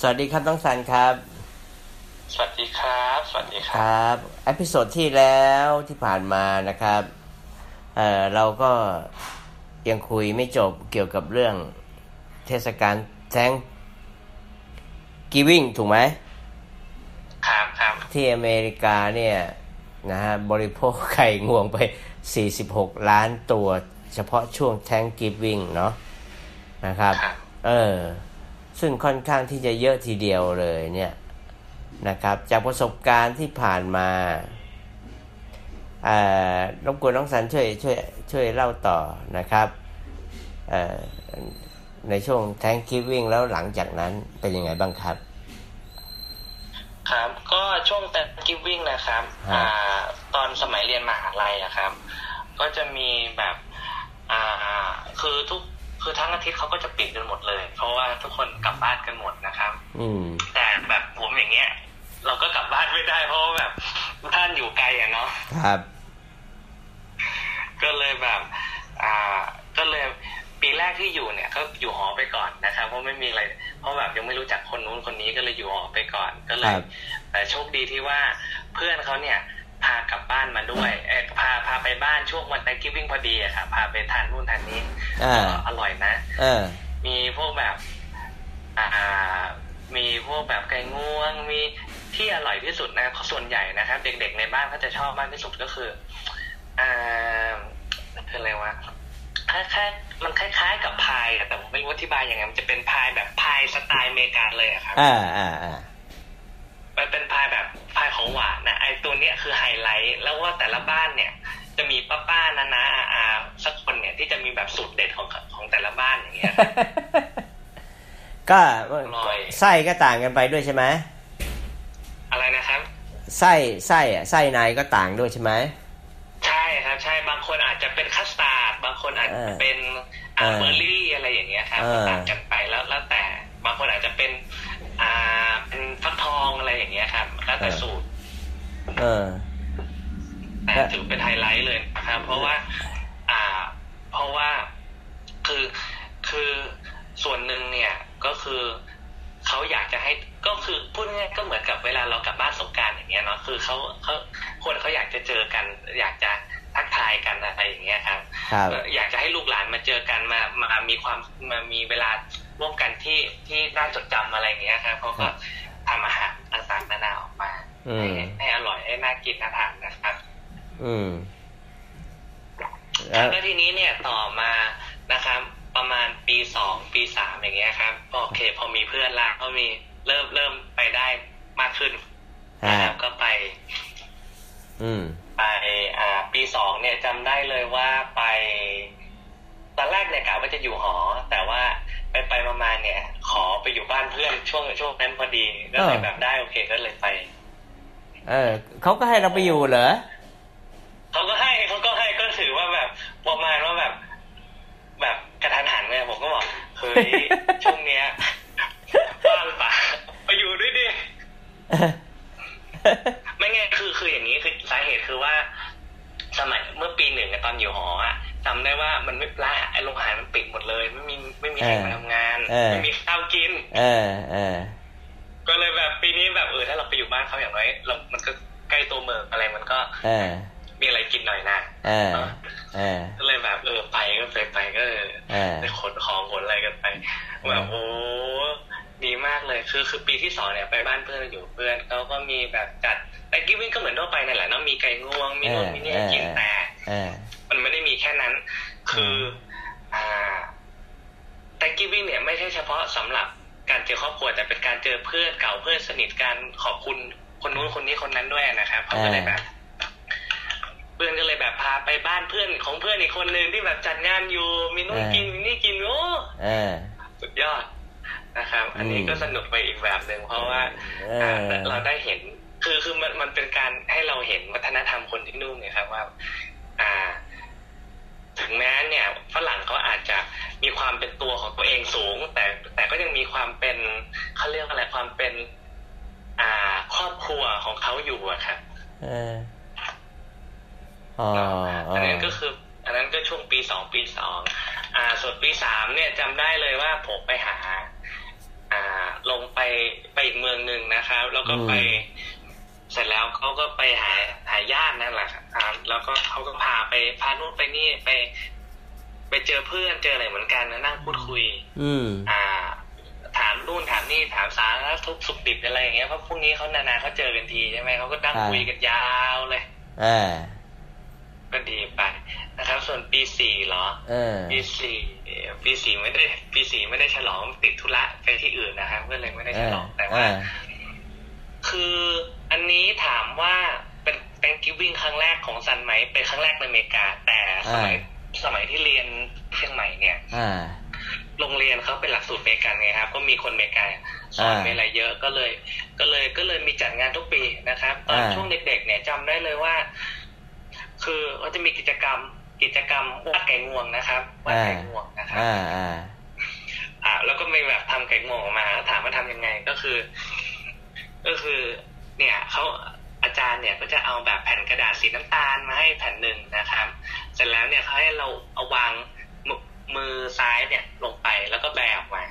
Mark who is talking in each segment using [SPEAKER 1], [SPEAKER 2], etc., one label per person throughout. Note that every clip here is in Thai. [SPEAKER 1] สวัสดีครับน้องสันครับ
[SPEAKER 2] สวัสดีครับ สวัสดีค
[SPEAKER 1] ครับ รับเอพิโซดที่แล้วที่ผ่านมานะครับเอ่อเราก็ยังคุยไม่จบเกี่ยวกับเรื่องเทศกาลแซงกีวิ่งถูกไหม
[SPEAKER 2] ครับครับ
[SPEAKER 1] ที่อเมริกาเนี่ยนะฮะบริโภคไข่งวงไป 46 ล้านตัว เฉพาะช่วงแทงกิฟวิ่งเนาะนะครับ
[SPEAKER 2] ครับ
[SPEAKER 1] เออ ซึ่งค่อนข้างที่จะเยอะทีเดียวเลยเนี่ยนะครับ จากประสบการณ์ที่ผ่านมาเอ่อรบกวนน้องสันช่วยช่วยช่วยเล่าต่อนะครับเอ่อในช่วงแทงกิฟวิ่งแล้วหลังจากนั้นเป็นยังไงบ้างครับ
[SPEAKER 2] ครับ ก็ช่วงแต่กิฟวิ่งนะครับ
[SPEAKER 1] ครับ
[SPEAKER 2] อ่า ตอนสมัยเรียนมหาลัยอะครับ ก็จะมีแบบ อ่า คือทุก คือทั้งอาทิตย์เขาก็จะปิดกันหมดเลย เพราะว่าทุกคนกลับบ้านกันหมดนะครับ
[SPEAKER 1] อืม
[SPEAKER 2] แต่แบบผมอย่างเงี้ย เราก็กลับบ้านไม่ได้ เพราะว่าแบบท่านอยู่ไกลอะเนาะ
[SPEAKER 1] ครับ
[SPEAKER 2] ก็เลยแบบ อ่า ก็เลยปีแรกที่อยู่เนี่ยก็อยู่หอไปก่อนนะครับ เพราะไม่มีอะไร เพราะแบบยังไม่รู้จักคนนู้นคนนี้ก็เลยอยู่หอไปก่อน ก็เล
[SPEAKER 1] ค
[SPEAKER 2] ย
[SPEAKER 1] รับ
[SPEAKER 2] แต่โชคดีที่ว่าเพื่อนเขาเนี่ยพากลับบ้านมาด้วย เออพาพาไปบ้านช่วงวันไตกิฟวิ่งพอดีอะค่ะ พาไปทานนู่นทานนี้
[SPEAKER 1] อ่า
[SPEAKER 2] อร่อยนะ
[SPEAKER 1] เออ
[SPEAKER 2] มีพวกแบบ อ่า มีพวกแบบไก่งวง มีที่อร่อยที่สุดนะครับส่วนใหญ่นะครับ เด็กๆในบ้านเขาจะชอบมากที่สุดก็คือ อ่าคืออะไรวะคล้ายๆมันคล้ายๆกับพายอะแต่ผมไม่รู้อธิบายยังไง มันจะเป็นพายแบบพายสไตล์อเมริกันเลยอะครับ
[SPEAKER 1] อ่าอ่าอ่า
[SPEAKER 2] มันเป็นพายแบบพายของหวานนะไอตัวเนี้ยคือไฮไลท์ แล้วว่าแต่ละบ้านเนี่ย จะมีป้าป้าๆนานาอาอาๆสักคนเนี่ยที่จะมีแบบสูตรเด็ดของของแต่ละบ้านอย่างเงี้ย
[SPEAKER 1] ก็
[SPEAKER 2] ร่อย
[SPEAKER 1] ไส้ก็ต่างกันไปด้วยใช่ไหม
[SPEAKER 2] อะไรนะครับ
[SPEAKER 1] ไส้ไส้อะไส้ในก็ต่างด้วยใช่ไหม
[SPEAKER 2] ใช่ครับใช่บางคนอาจจะเป็นคัสตาร์ดบางคนอาจจะเป็น
[SPEAKER 1] เอ
[SPEAKER 2] อา
[SPEAKER 1] อ
[SPEAKER 2] เบอร์รี่อะไรอย่างเงี้ยครับ
[SPEAKER 1] เออ
[SPEAKER 2] ต่างกันไปแล้วแล้วแต่บางคนอาจจะเป็นอ่าเป็นฟักทองอะไรอย่างเงี้ยครับแล้วแต่สูตร
[SPEAKER 1] เออ
[SPEAKER 2] แต่
[SPEAKER 1] เออ
[SPEAKER 2] ถือเป็นไฮไลท์เลยนะครับ เพราะว่าอ่า เพราะว่าคือคือส่วนหนึ่งเนี่ยก็คือเขาอยากจะให้ก็คือพูดง่ายๆก็เหมือนกับเวลาเรากลับบ้านสงกรารอย่างเงี้ยเนาะคือเขาเขาคนเขาอยากจะเจอกัน อยากจะทักทายกันอะไรอย่างเงี้ยครับ
[SPEAKER 1] ครับ
[SPEAKER 2] เอ่ออยากจะให้ลูกหลานมาเจอกันมามามีความมามีเวลาร่วมกันที่ที่น่าจดจำอะไรอย่างเงี้ยครับเขาก็
[SPEAKER 1] ครับ
[SPEAKER 2] ทำอาหารต่างๆนานาออกมา
[SPEAKER 1] อืม
[SPEAKER 2] ให้ให้อร่อยให้น่ากินน่าทานนะครับ
[SPEAKER 1] อืมแล้
[SPEAKER 2] แล้ว วก็ทีนี้เนี่ยต่อมานะครับ ประมาณปีสองปีสามอย่างเงี้ยครับก็โอเค พอมีเพื่อนละก็มีเริ่มเริ่มไปได้มากขึ้น
[SPEAKER 1] ฮะ
[SPEAKER 2] นะครับก็ไป
[SPEAKER 1] อืม
[SPEAKER 2] ไปอ่าปีสองเนี่ยจำได้เลยว่าไปตอนแรกเนี่ยกะว่าจะอยู่หอ แต่ว่าไปไปๆมาๆเนี่ย ขอไปอยู่บ้านเพื่อนช่วงช่วงนั้นพอดีก็เลย
[SPEAKER 1] เออ
[SPEAKER 2] แบบได้โอเคก็เลยไป
[SPEAKER 1] เออเขาก็ให้เราไปอยู่เหรอ
[SPEAKER 2] เขาก็ให้เขาก็ให้ก็ถือว่าแบบประมาณว่าแบบ แบบกระทันหันเลยผมก็บอกเฮ้ย ช่วงเนี้ยบ้านป่าไปอยู่ด้วยดิ ไม่ไงคือคืออย่างนี้คือสาเหตุคือว่า สมัยเมื่อปีหนึ่งอะตอนอยู่หออะจำได้ว่ามันไม่ร้านไอ้โรงอาหารมันปิดหมดเลย ไม่มีไม่มีใคร
[SPEAKER 1] เออ
[SPEAKER 2] มาทำงาน
[SPEAKER 1] เออ
[SPEAKER 2] ไม่มีข้าวกิน
[SPEAKER 1] เออเออ
[SPEAKER 2] ก็เลยแบบปีนี้แบบเออถ้าเราไปอยู่บ้านเขาอย่างน้อยเรามันก็ใกล้ตัวเมืองอะไรมันก็
[SPEAKER 1] เออ
[SPEAKER 2] มีอะไรกินหน่อยนะ
[SPEAKER 1] เออเออ
[SPEAKER 2] ก็เลยแบบเออไปก็ไปไปก็เออ
[SPEAKER 1] เออ
[SPEAKER 2] ไปขนของขนอะไรกันไปแบ
[SPEAKER 1] เออ
[SPEAKER 2] บโอ้ดีมากเลยคือคือปีที่สองเนี่ยไปบ้านเพื่อนอยู่เพื่อนเขาก็มีแบบจัดแต่กิ๊วิ่งก็เหมือนทั่วไปนั่นแหละเนาะมีไก่งวงมีโน่นมีนี่ให้กินแต่
[SPEAKER 1] เออ
[SPEAKER 2] มันไม่ได้มีแค่นั้น คือ อ่าแต่กิวิ่งเนี่ยไม่ใช่เฉพาะสำหรับการเจอครอบครัวแต่เป็นการเจอเพื่อนเก่าเพื่อนสนิทการขอบคุณคนนู้นคนนี้คนนั้นด้วยนะครับเขาก็เลยแบบ เพื่อนก็เลยแบบพาไปบ้านเพื่อนของเพื่อนอีกคนนึงที่แบบจัดงานอยู่ มีนู่น
[SPEAKER 1] เออ
[SPEAKER 2] กินมีนี่กินโอ้
[SPEAKER 1] เออ
[SPEAKER 2] สุดยอดนะครับ อันนี้ก็
[SPEAKER 1] อืม
[SPEAKER 2] สนุกไปอีกแบบหนึ่งเพราะว่า
[SPEAKER 1] เอ
[SPEAKER 2] อ่า
[SPEAKER 1] อ
[SPEAKER 2] เราได้เห็นคือคือมันมันเป็นการให้เราเห็นวัฒนธรรมคนที่นู่นไงครับว่า อ่า ถึงแม้เนี่ยฝรั่งเขาอาจจะมีความเป็นตัวของตัวเองสูง แต่แต่ก็ยังมีความเป็นเขาเรียกอะไรความเป็น อ่า ครอบครัวของเขาอยู่อะครับ
[SPEAKER 1] เอออ๋ออ๋อ
[SPEAKER 2] อันนั้นก็คือ อันนั้นก็ช่วงปีสองปีสองอ่า ส่วนปีสามเนี่ยจำได้เลยว่าผมไปหา อ่า ลงไปไปอีกเมืองหนึ่งนะครับ แล้วก็ไป
[SPEAKER 1] อืม
[SPEAKER 2] เสร็จแล้วเขาก็ไปหาหาญาตินั่นแหละครับแล้วก็เขาก็พาไปพานู่นไปนี่ไป ไปเจอเพื่อนเจออะไรเหมือนกันนะนั่งพูดคุย
[SPEAKER 1] อืม
[SPEAKER 2] อ่า ถามนู่นถามนี่ถามสารทุกข์สุขดิบอะไรอย่างเงี้ยเพราะพวกนี้เขานานๆเขาเจอกันทีใช่ไหมเขาก็นั่ง
[SPEAKER 1] ใช่
[SPEAKER 2] คุยกันยาวเลย
[SPEAKER 1] อ่า
[SPEAKER 2] ก็ดีไปนะครับ ส่วนปีสี่เหรอ
[SPEAKER 1] เออ
[SPEAKER 2] ปีสี่ปีสี่ไม่ได้ปีสี่ไม่ได้ฉลองติดธุระไปที่อื่นนะครับก็เลยไม่ได้
[SPEAKER 1] เอ
[SPEAKER 2] ฉ
[SPEAKER 1] อ
[SPEAKER 2] ลองแต่ว่า
[SPEAKER 1] อ่า
[SPEAKER 2] คืออันนี้ถามว่าเป็น Thanksgiving ครั้งแรกของซันไหมเป็นครั้งแรกในอเมริกา แต่สมัยสมัยที่เรียนเชียงใหม่เนี่ย
[SPEAKER 1] อ่า
[SPEAKER 2] โรงเรียนเขาเป็นหลักสูตรอเมริกันไงครับ ก็มีคนอเมริกันสอน
[SPEAKER 1] อ่า
[SPEAKER 2] เมอะไรเยอะก็เลย ก็เลยก็เลยมีจัดงานทุกปีนะครับ ตอน
[SPEAKER 1] อ่า
[SPEAKER 2] ช่วงเด็กๆ เนี่ยจำได้เลยว่า คือเขาจะมีกิจกรรมกิจกรรมวาดไก่งวงนะครับวาดไก่งวงนะครับ
[SPEAKER 1] อ่าอ่า
[SPEAKER 2] อ่าแล้วก็มีแบบทำไก่งวงออกมาแล้วถามว่าทำยังไงก็คือ ก็คือ เนี่ยเขาอาจารย์เนี่ยก็จะเอาแบบแผ่นกระดาษสีน้ำตาลมาให้แผ่นหนึ่งนะครับ เสร็จแล้วเนี่ยเขาให้เราเอาวางมือมือซ้ายเนี่ยลงไปแล้วก็แบออกมา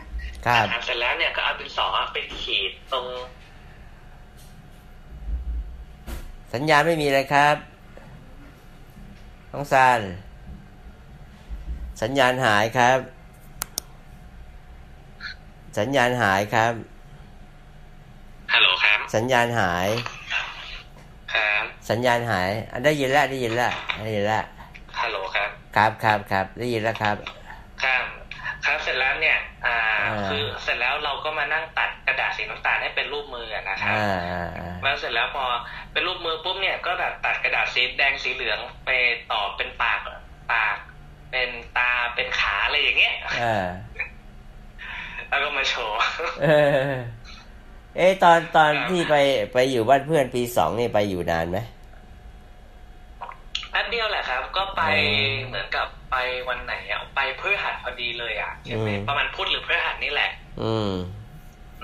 [SPEAKER 1] ครับ
[SPEAKER 2] นะครับเสร็จแล้วเนี่ยก็เอาดินสอไปขีดตรง
[SPEAKER 1] สัญญาณไม่มีเลยครับน้องซันสัญญาณหายครับ สัญญาณหายครับ
[SPEAKER 2] ฮัลโหลครับ
[SPEAKER 1] สัญญาณหาย
[SPEAKER 2] ครับ
[SPEAKER 1] สัญญาณหายอันได้ยินแล้วได้ยินแล้วได้ยินแล้ว
[SPEAKER 2] ฮัลโหลครับ
[SPEAKER 1] ครับครับครับได้ยินแล้วครับ
[SPEAKER 2] ครับครับเสร็จแล้วเนี่ย อ่า
[SPEAKER 1] อ่า
[SPEAKER 2] คือเสร็จแล้วเราก็มานั่งตัดกระดาษสีน้ำตาลให้เป็นรูปมืออะนะครับ
[SPEAKER 1] อ่าอ่าอ่า
[SPEAKER 2] แล้วเสร็จแล้วพอเป็นรูปมือปุ๊บเนี่ยก็แบบตัดกระดาษสีแดงสีเหลืองไปต่อเป็นปากปาก เป็นตาเป็นขาอะไรอย่างเงี้ย
[SPEAKER 1] เออ
[SPEAKER 2] แล้วก็มาโชว์
[SPEAKER 1] เออเอะตอนตอน
[SPEAKER 2] ครับ
[SPEAKER 1] ที่ไปไปอยู่บ้านเพื่อนปีสองนี่ไปอยู่นานไหม
[SPEAKER 2] แป๊บเดียวแหละครับ ก็ไป
[SPEAKER 1] อืม
[SPEAKER 2] เหมือนกับไปวันไหนอ่ะไปพฤหัสพอดีเลยอ่ะใช่ไหม
[SPEAKER 1] อืม
[SPEAKER 2] ประมาณพุธหรือพฤหัสนี่แหละ
[SPEAKER 1] อืม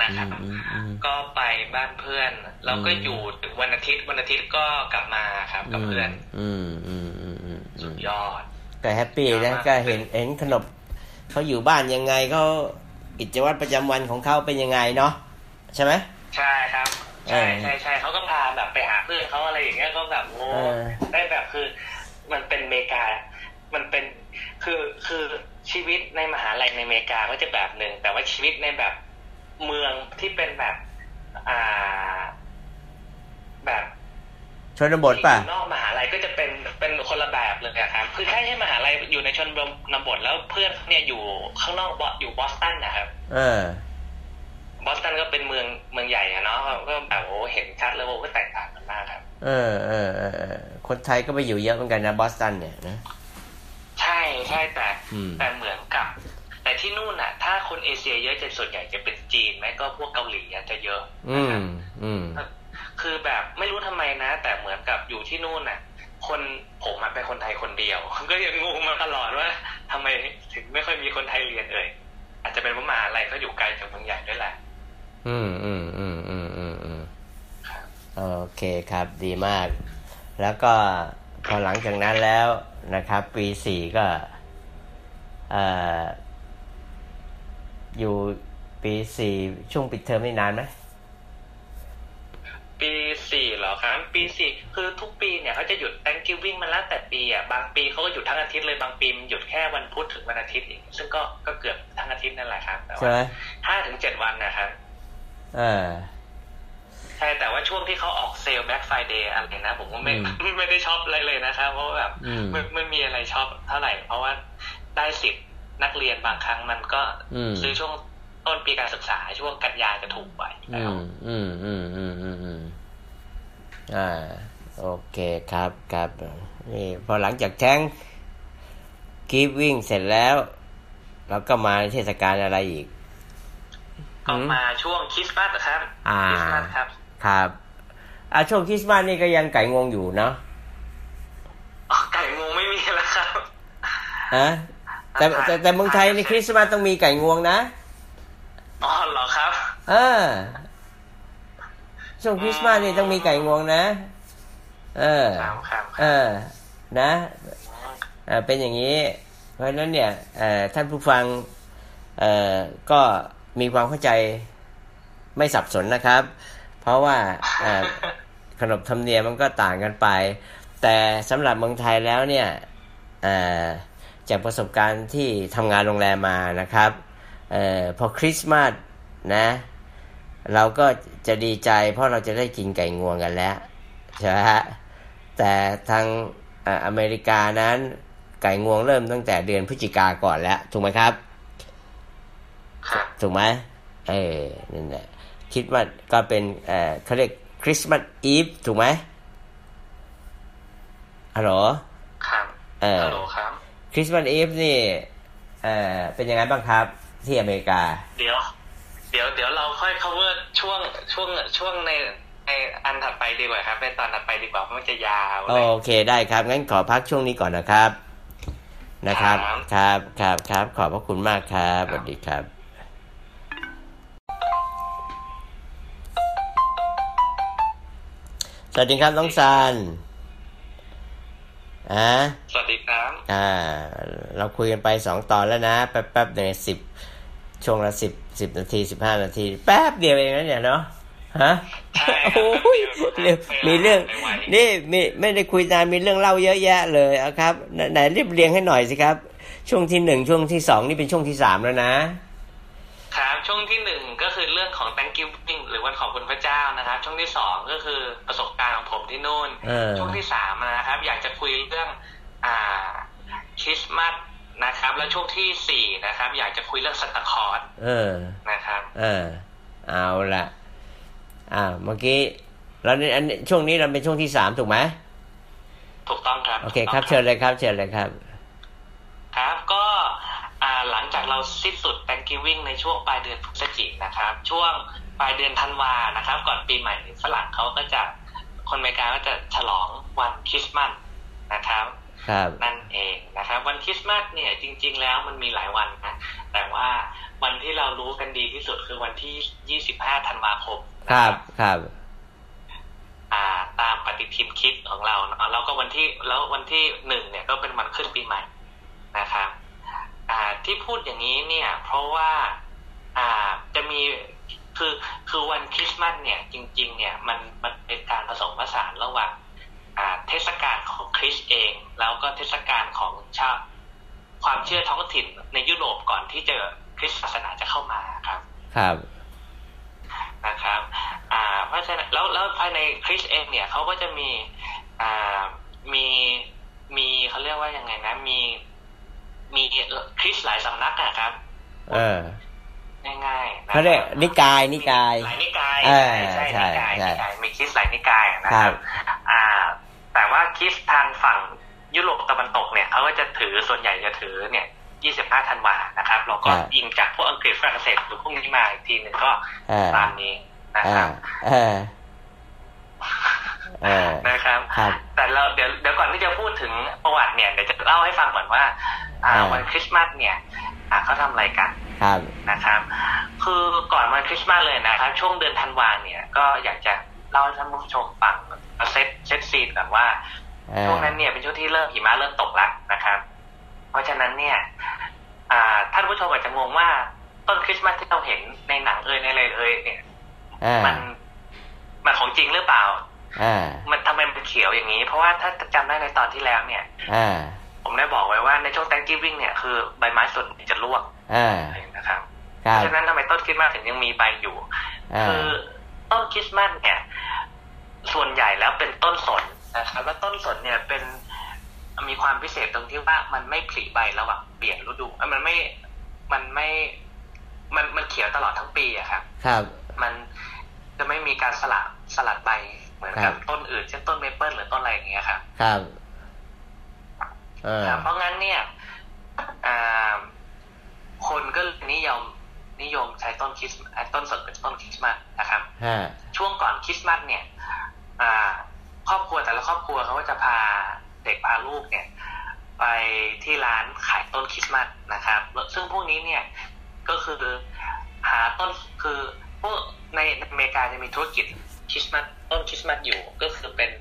[SPEAKER 2] นะ
[SPEAKER 1] อื
[SPEAKER 2] ครับ
[SPEAKER 1] มอืมอืม
[SPEAKER 2] ก็ไปบ้านเพื่อน แล้วก็
[SPEAKER 1] อืม
[SPEAKER 2] อยู่ถึงวันอาทิตย์วันอาทิตย์ก็กลับมาครับกับเพื่อน
[SPEAKER 1] อืมอืมอืมอืมอื
[SPEAKER 2] สุ
[SPEAKER 1] ม
[SPEAKER 2] ดยอด
[SPEAKER 1] ก็แฮปปี้
[SPEAKER 2] ยอ
[SPEAKER 1] นะ
[SPEAKER 2] ดมาก
[SPEAKER 1] ก็เห็นเห็นขนบเขาอยู่บ้านยังไงเขากิจวัตรประจำวันของเขาเป็นยังไงเนาะใช่ไหม
[SPEAKER 2] ใช่ครับ
[SPEAKER 1] เอ
[SPEAKER 2] ใช่
[SPEAKER 1] อ
[SPEAKER 2] ใช่ใช่เขาก็พาแบบไปหาเพื่อนเขาอะไรอย่างเงี้ยก็แบบโอ้
[SPEAKER 1] เออ
[SPEAKER 2] ได้แบบคือ มันเป็นอเมริกา มันเป็นคือคือชีวิตในมหาลัยในอเมริกาก็จะแบบหนึ่งแต่ว่าชีวิตในแบบเมืองที่เป็นแบบ อ่า แบบ
[SPEAKER 1] ชนบทป่ะ
[SPEAKER 2] ที่อยู่นอกมหาลัยก็จะเป็นเป็นคนละแบบเลยอะครับคือถ้าให้มหาลัยอยู่ในชนบทแล้วเพื่อนเนี่ยอยู่ข้างนอกบออยู่บอสตันนะครับ
[SPEAKER 1] เออ
[SPEAKER 2] บอสตันก็เป็นเมืองเมืองใหญ่อะเนาะก็แบบโอ้เห็นชัดเลยว่าก็แตกต่างกันมากครับ
[SPEAKER 1] เออเออเออเออคนไทยก็ไปอยู่เยอะเหมือนกันนะบอสตันเนี่ยนะ
[SPEAKER 2] ใช่ใช่แต่
[SPEAKER 1] อืม
[SPEAKER 2] แต่เหมือนกับ แต่ที่นู่นอะถ้าคนเอเชียเยอะจะส่วนใหญ่จะเป็นจีนไหมก็พวกเกาหลีอะจะเยอะ
[SPEAKER 1] อืม อืม
[SPEAKER 2] คือแบบไม่รู้ทำไมนะ แต่เหมือนกับอยู่ที่นู่นอะคนผมอะเป็นคนไทยคนเดียว ก็ยังงงมาตลอดว่าทำไมถึงไม่ค่อยมีคนไทยเรียนเอ่ยอาจจะเป็นเพราะมหาอะไรก็อยู่ไกลจากเมืองใหญ่ด้วยแหละ
[SPEAKER 1] อืมอืมอืมอืมอืมอืมโอเคครับดีมาก แล้วก็พอหลังจากนั้นแล้วนะครับ ปีสี่ก็เอ่ออยู่ปีสี่ช่วงปิดเทอมนี่นานไหม
[SPEAKER 2] ปีสี่เหรอครับปีสี่คือทุกปีเนี่ยเขาจะหยุด Thanksgiving มันแล้วแต่ปีอ่ะบางปีเขาก็หยุดทั้งอาทิตย์เลยบางปีมันหยุดแค่วันพุธถึงวันอาทิตย์อย่างซึ่งก็ก็เกือบทั้งอาทิตย์นั่นแหละครับแต่
[SPEAKER 1] ใช่
[SPEAKER 2] ว่า
[SPEAKER 1] ไหม
[SPEAKER 2] ห้าถึงเจ็ดวันนะครับ
[SPEAKER 1] เออ
[SPEAKER 2] ใช่แต่ว่าช่วงที่เขาออกเซลล์ Black Friday อะไรนะ ผมก็ไม่
[SPEAKER 1] อื
[SPEAKER 2] ไม่ได้ชอบอะไรเลยนะครับเพราะว่าแบบ
[SPEAKER 1] อืม
[SPEAKER 2] ไม่ไม่มีอะไรชอบเท่าไหร่ เพราะว่าได้สิทธิ์นักเรียนบางครั้งมันก็
[SPEAKER 1] อืม
[SPEAKER 2] ซื้อช่วงต้นปีการศึกษาช่วงกันยาจะถูกกว่าอยู่
[SPEAKER 1] อื
[SPEAKER 2] แล้ว
[SPEAKER 1] มอืมอืมอืมอืมอืมอ่า โอเคครับครับนี่พอหลังจากแท้งกีฟวิ่งเสร็จแล้ว เราก็มาเทศกาลอะไรอีก
[SPEAKER 2] ก็มาช่วงคริสต์มาสนะครับ
[SPEAKER 1] อ่า
[SPEAKER 2] คริสต์มาสครับ
[SPEAKER 1] ครับอ่าช่วงคริสต์มาสนี่ก็ยังไก่งวงอยู่เนาะ
[SPEAKER 2] อ๋อไก่งวงไม่มีแล้วครับ
[SPEAKER 1] ฮะแต่แต่แต่เมืองไทยในคริสต์มาสต้องมีไก่งวงนะ
[SPEAKER 2] อ๋อเหรอครับ
[SPEAKER 1] เออ ช่วงคริสต์มาสนี่ต้องมีไก่งวงนะ เออ
[SPEAKER 2] ครับครับ
[SPEAKER 1] เออ นะ เอ่อเป็นอย่างนี้ เพราะฉะนั้นเนี่ยเอ่อท่านผู้ฟังเอ่อก็มีความเข้าใจ ไม่สับสนนะครับ เพราะว่าเอ่อ ขนบธรรมเนียมมันก็ต่างกันไป แต่สำหรับเมืองไทยแล้วเนี่ยเอ่อจากประสบการณ์ที่ทำงานโรงแรมมานะครับเออพอคริสต์มาสนะ เราก็จะดีใจเพราะเราจะได้กินไก่งวงกันแล้วใช่ไหมฮะแต่ทางเอ่ออเมริกานั้นไก่งวงเริ่มตั้งแต่เดือนพฤศจิกาก่อนแล้วถูกไหมครับ
[SPEAKER 2] ครับ
[SPEAKER 1] ถูกไหมเออนั่นแหละคิดว่าก็เป็นเออเขาเรียกคริสต์มาสอีฟถูกไหมฮัลโหล
[SPEAKER 2] ครับ
[SPEAKER 1] เออ
[SPEAKER 2] ฮัลโหลครับ
[SPEAKER 1] คริสต์มาสอีฟนี่เออเป็นยังไงบ้างครับ ที่อเมริกา
[SPEAKER 2] เดี๋ยว เดี๋ยว เดี๋ยวเราค่อย cover ช่วง ช่วง ช่วงใน ในอันถัดไปดีกว่าครับ ในตอนถัดไปดีกว่า เพราะมันจะยาว
[SPEAKER 1] โอ
[SPEAKER 2] เลย
[SPEAKER 1] เคได้ครับ งั้นขอพักช่วงนี้ก่อนนะครับ นะครับ
[SPEAKER 2] ครับ
[SPEAKER 1] ครับครับครับ ขอบพระคุณมากครับสวัสดีครับ สวัสดีครับน้องซันอ่ะ
[SPEAKER 2] สวัสดีครับ
[SPEAKER 1] อ่าเราคุยกันไปสองตอนแล้วนะ แป๊บแป๊บๆเดียวสิบช่วงละสิบสิบนาทีสิบห้านาที แป๊บเดียวเองนะเนี่ยเนาะฮะ
[SPEAKER 2] ใช่ครับ
[SPEAKER 1] โอ้ยเร็วมีเรื่อง นี่มีไม่ได้คุยนานมีเรื่องเล่าเยอะแยะเลยเอาครับไหนไหนรีบเรียงให้หน่อยสิครับ ช่วงที่หนึ่งช่วงที่สองนี่เป็นช่วงที่สามแล้วนะครับ
[SPEAKER 2] ช่วงที่หนึ่งก็คือเรื่องของ Thanksgiving หรือวันขอบคุณพระเจ้านะครับ ช่วงที่สองก็คือประสบการณ์ของผมที่นู่น
[SPEAKER 1] เออ
[SPEAKER 2] ช่วงที่สามนะครับ อยากจะคุยเรื่อง อ่าคริสต์มาสนะครับ แล้วช่วงที่สี่นะครับ อยากจะคุยเรื่องซันตาคลอร์ส
[SPEAKER 1] เออ
[SPEAKER 2] นะครับ
[SPEAKER 1] เออ เอาละอ่าเมื่อกี้เราเนี่ยอันนี้ช่วงนี้เราเป็นช่วงที่สามถูกไหม
[SPEAKER 2] ถูกต้องครับ
[SPEAKER 1] โอเคค
[SPEAKER 2] ถูกต้
[SPEAKER 1] รั
[SPEAKER 2] ง
[SPEAKER 1] บเชิญเลยครับเชิญเลยครับ
[SPEAKER 2] ครับก็อ่าหลังจากเราสิ้นสุด Thanksgiving ในช่วงปลายเดือนพฤศจิกนะครับ ช่วงปลายเดือนธันวานะครับ ก่อนปีใหม่ฝรั่งเขาก็จะคนอเมริกาก็จะฉลองวันคริสต์มาสนะครับ
[SPEAKER 1] ครับ
[SPEAKER 2] นั่นเองนะครับ วันคริสต์มาสเนี่ยจริง ๆ แล้วมันมีหลายวันนะแต่ว่าวันที่เรารู้กันดีที่สุดคือวันที่ 25 ธันวาคม
[SPEAKER 1] ค
[SPEAKER 2] นะ
[SPEAKER 1] รับครับ
[SPEAKER 2] อ่าตามปฏิทินคริดของเราเนาะแล้วก็วันที่แล้ววันที่หนึ่งเนี่ยก็เป็นวันขึ้นปีใหม่นะครับอ่าที่พูดอย่างนี้เนี่ย เพราะว่าอ่าจะมีคือคือวันคริสต์มาสเนี่ย จริง ๆ เนี่ยมันมันเป็นการผสมผสานระหว่างอ่าเทศกาลของคริสต์เอง แล้วก็เทศกาลของชาวความเชื่อท้องถิ่นในยุโรปก่อนที่จะคริสต์ศาสนาจะเข้ามาครับ
[SPEAKER 1] ครับ
[SPEAKER 2] นะครับ อ่า เพราะฉะนั้นแล้วแล้วภายในคริสเองเนี่ยเขาก็จะมี อ่า มี มีเขาเรียกว่ายังไงนะ มี มีคริสหลายสำนักนะครับ
[SPEAKER 1] เออ
[SPEAKER 2] ง่ายๆนะคบ
[SPEAKER 1] เขาเรียกนิกายนิกาย
[SPEAKER 2] หลายนิกาย
[SPEAKER 1] เออ
[SPEAKER 2] ใช่
[SPEAKER 1] ใช่
[SPEAKER 2] ใช่นิกาย
[SPEAKER 1] ใช่
[SPEAKER 2] นิกายมีคริสหลายนิกายนะ
[SPEAKER 1] ค
[SPEAKER 2] ค
[SPEAKER 1] รั
[SPEAKER 2] รับ บ อ่า แต่ว่าคริสทางฝั่งยุโรปตะวันตกเนี่ยเขาก็จะถือส่วนใหญ่จะถือเนี่ย 25 ธันวานะครับเราก็
[SPEAKER 1] ครับ
[SPEAKER 2] อิงจากพวกอังกฤษฝรั่งเศสหรือพวกนี้มาอีกทีหนึ่งก็
[SPEAKER 1] เออ
[SPEAKER 2] ตามนี้นะ
[SPEAKER 1] เอ
[SPEAKER 2] ครั
[SPEAKER 1] อบ เออเออ
[SPEAKER 2] นะครับ
[SPEAKER 1] ครับ
[SPEAKER 2] แต่เราเดี๋ยวเดี๋ยวก่อนที่จะพูดถึงประวัติเนี่ยเดี๋ยวจะเล่าให้ฟังก่อนว่า อ่า
[SPEAKER 1] อ่า
[SPEAKER 2] วันคริสต์มาสเนี่ยอ่าเขาทำอะไรกัน
[SPEAKER 1] ครับ
[SPEAKER 2] นะครับ คือก่อนวันคริสต์มาสเลยนะครับ ช่วงเดือนธันวาเนี่ยก็อยากจะเล่าให้ท่านผู้ชมฟังเอาเซตเซตซีนก่อนว่า
[SPEAKER 1] เออ
[SPEAKER 2] ช่วงนั้นเนี่ยเป็นช่วงที่เริ่มหิมะเริ่มตกแล้วนะครับ เพราะฉะนั้นเนี่ยอ่าท่านผู้ชมอาจจะงงว่าต้นคริสต์มาสที่เราเห็นในหนังเอ่ยในอะไรเอ่ยเนี่ย
[SPEAKER 1] เออ
[SPEAKER 2] มันมันของจริงหรือเปล่า
[SPEAKER 1] เออ
[SPEAKER 2] มันทำไมมันเขียวอย่างนี้ เพราะว่าถ้าจำได้ในตอนที่แล้วเนี่ย
[SPEAKER 1] เออ
[SPEAKER 2] ผมได้บอกไว้ว่าในช่วง Thanksgiving เนี่ยคือใบไม้ส่วนใหญ่จะร่วง
[SPEAKER 1] เออ
[SPEAKER 2] นะครับ
[SPEAKER 1] ครั
[SPEAKER 2] เพ
[SPEAKER 1] บ
[SPEAKER 2] ราะฉะนั้นทำไมต้นคริสต์มาสถึงยังมีใบอยู่
[SPEAKER 1] เอ
[SPEAKER 2] คือ อต้นคริสต์มาสเนี่ย ส่วนใหญ่แล้วเป็นต้นสนนะครับแล้วต้นสนเนี่ยเป็นมีความพิเศษตรงที่ว่ามันไม่ผลิใบระหว่างเปลี่ยนฤดูเอ้ยมันไม่มันไม่มันมันเขียวตลอดทั้งปีอะครับ
[SPEAKER 1] ครับ
[SPEAKER 2] มันจะไม่มีการสลัดสลัดใบเหมือน
[SPEAKER 1] ครั
[SPEAKER 2] กับบ ต้นอื่นเช่นต้นเมเปิลหรือต้นอะไรอย่างเงี้ยครับ
[SPEAKER 1] ครับเออ
[SPEAKER 2] ครับเพราะงั้นเนี่ยอ่าคนก็นิยมนิยมใช้ต้นคริสต์อ่าต้นสดเป็นต้นคริสต์มาสนะครับ
[SPEAKER 1] ฮะ
[SPEAKER 2] ช่วงก่อนคริสต์มาสเนี่ยอ่าครอบครัวแต่ละครอบครัวเขาก็จะพาเด็กพาลูกเนี่ย ไปที่ร้านขายต้นคริสต์มาสนะครับแล้วซึ่งพวกนี้เนี่ยก็คือหาต้นคือพวกในอเมริกาจะมีธุรกิจคริสต์มาสต้นคริสต์มาสอยู่ ก็คือเป็น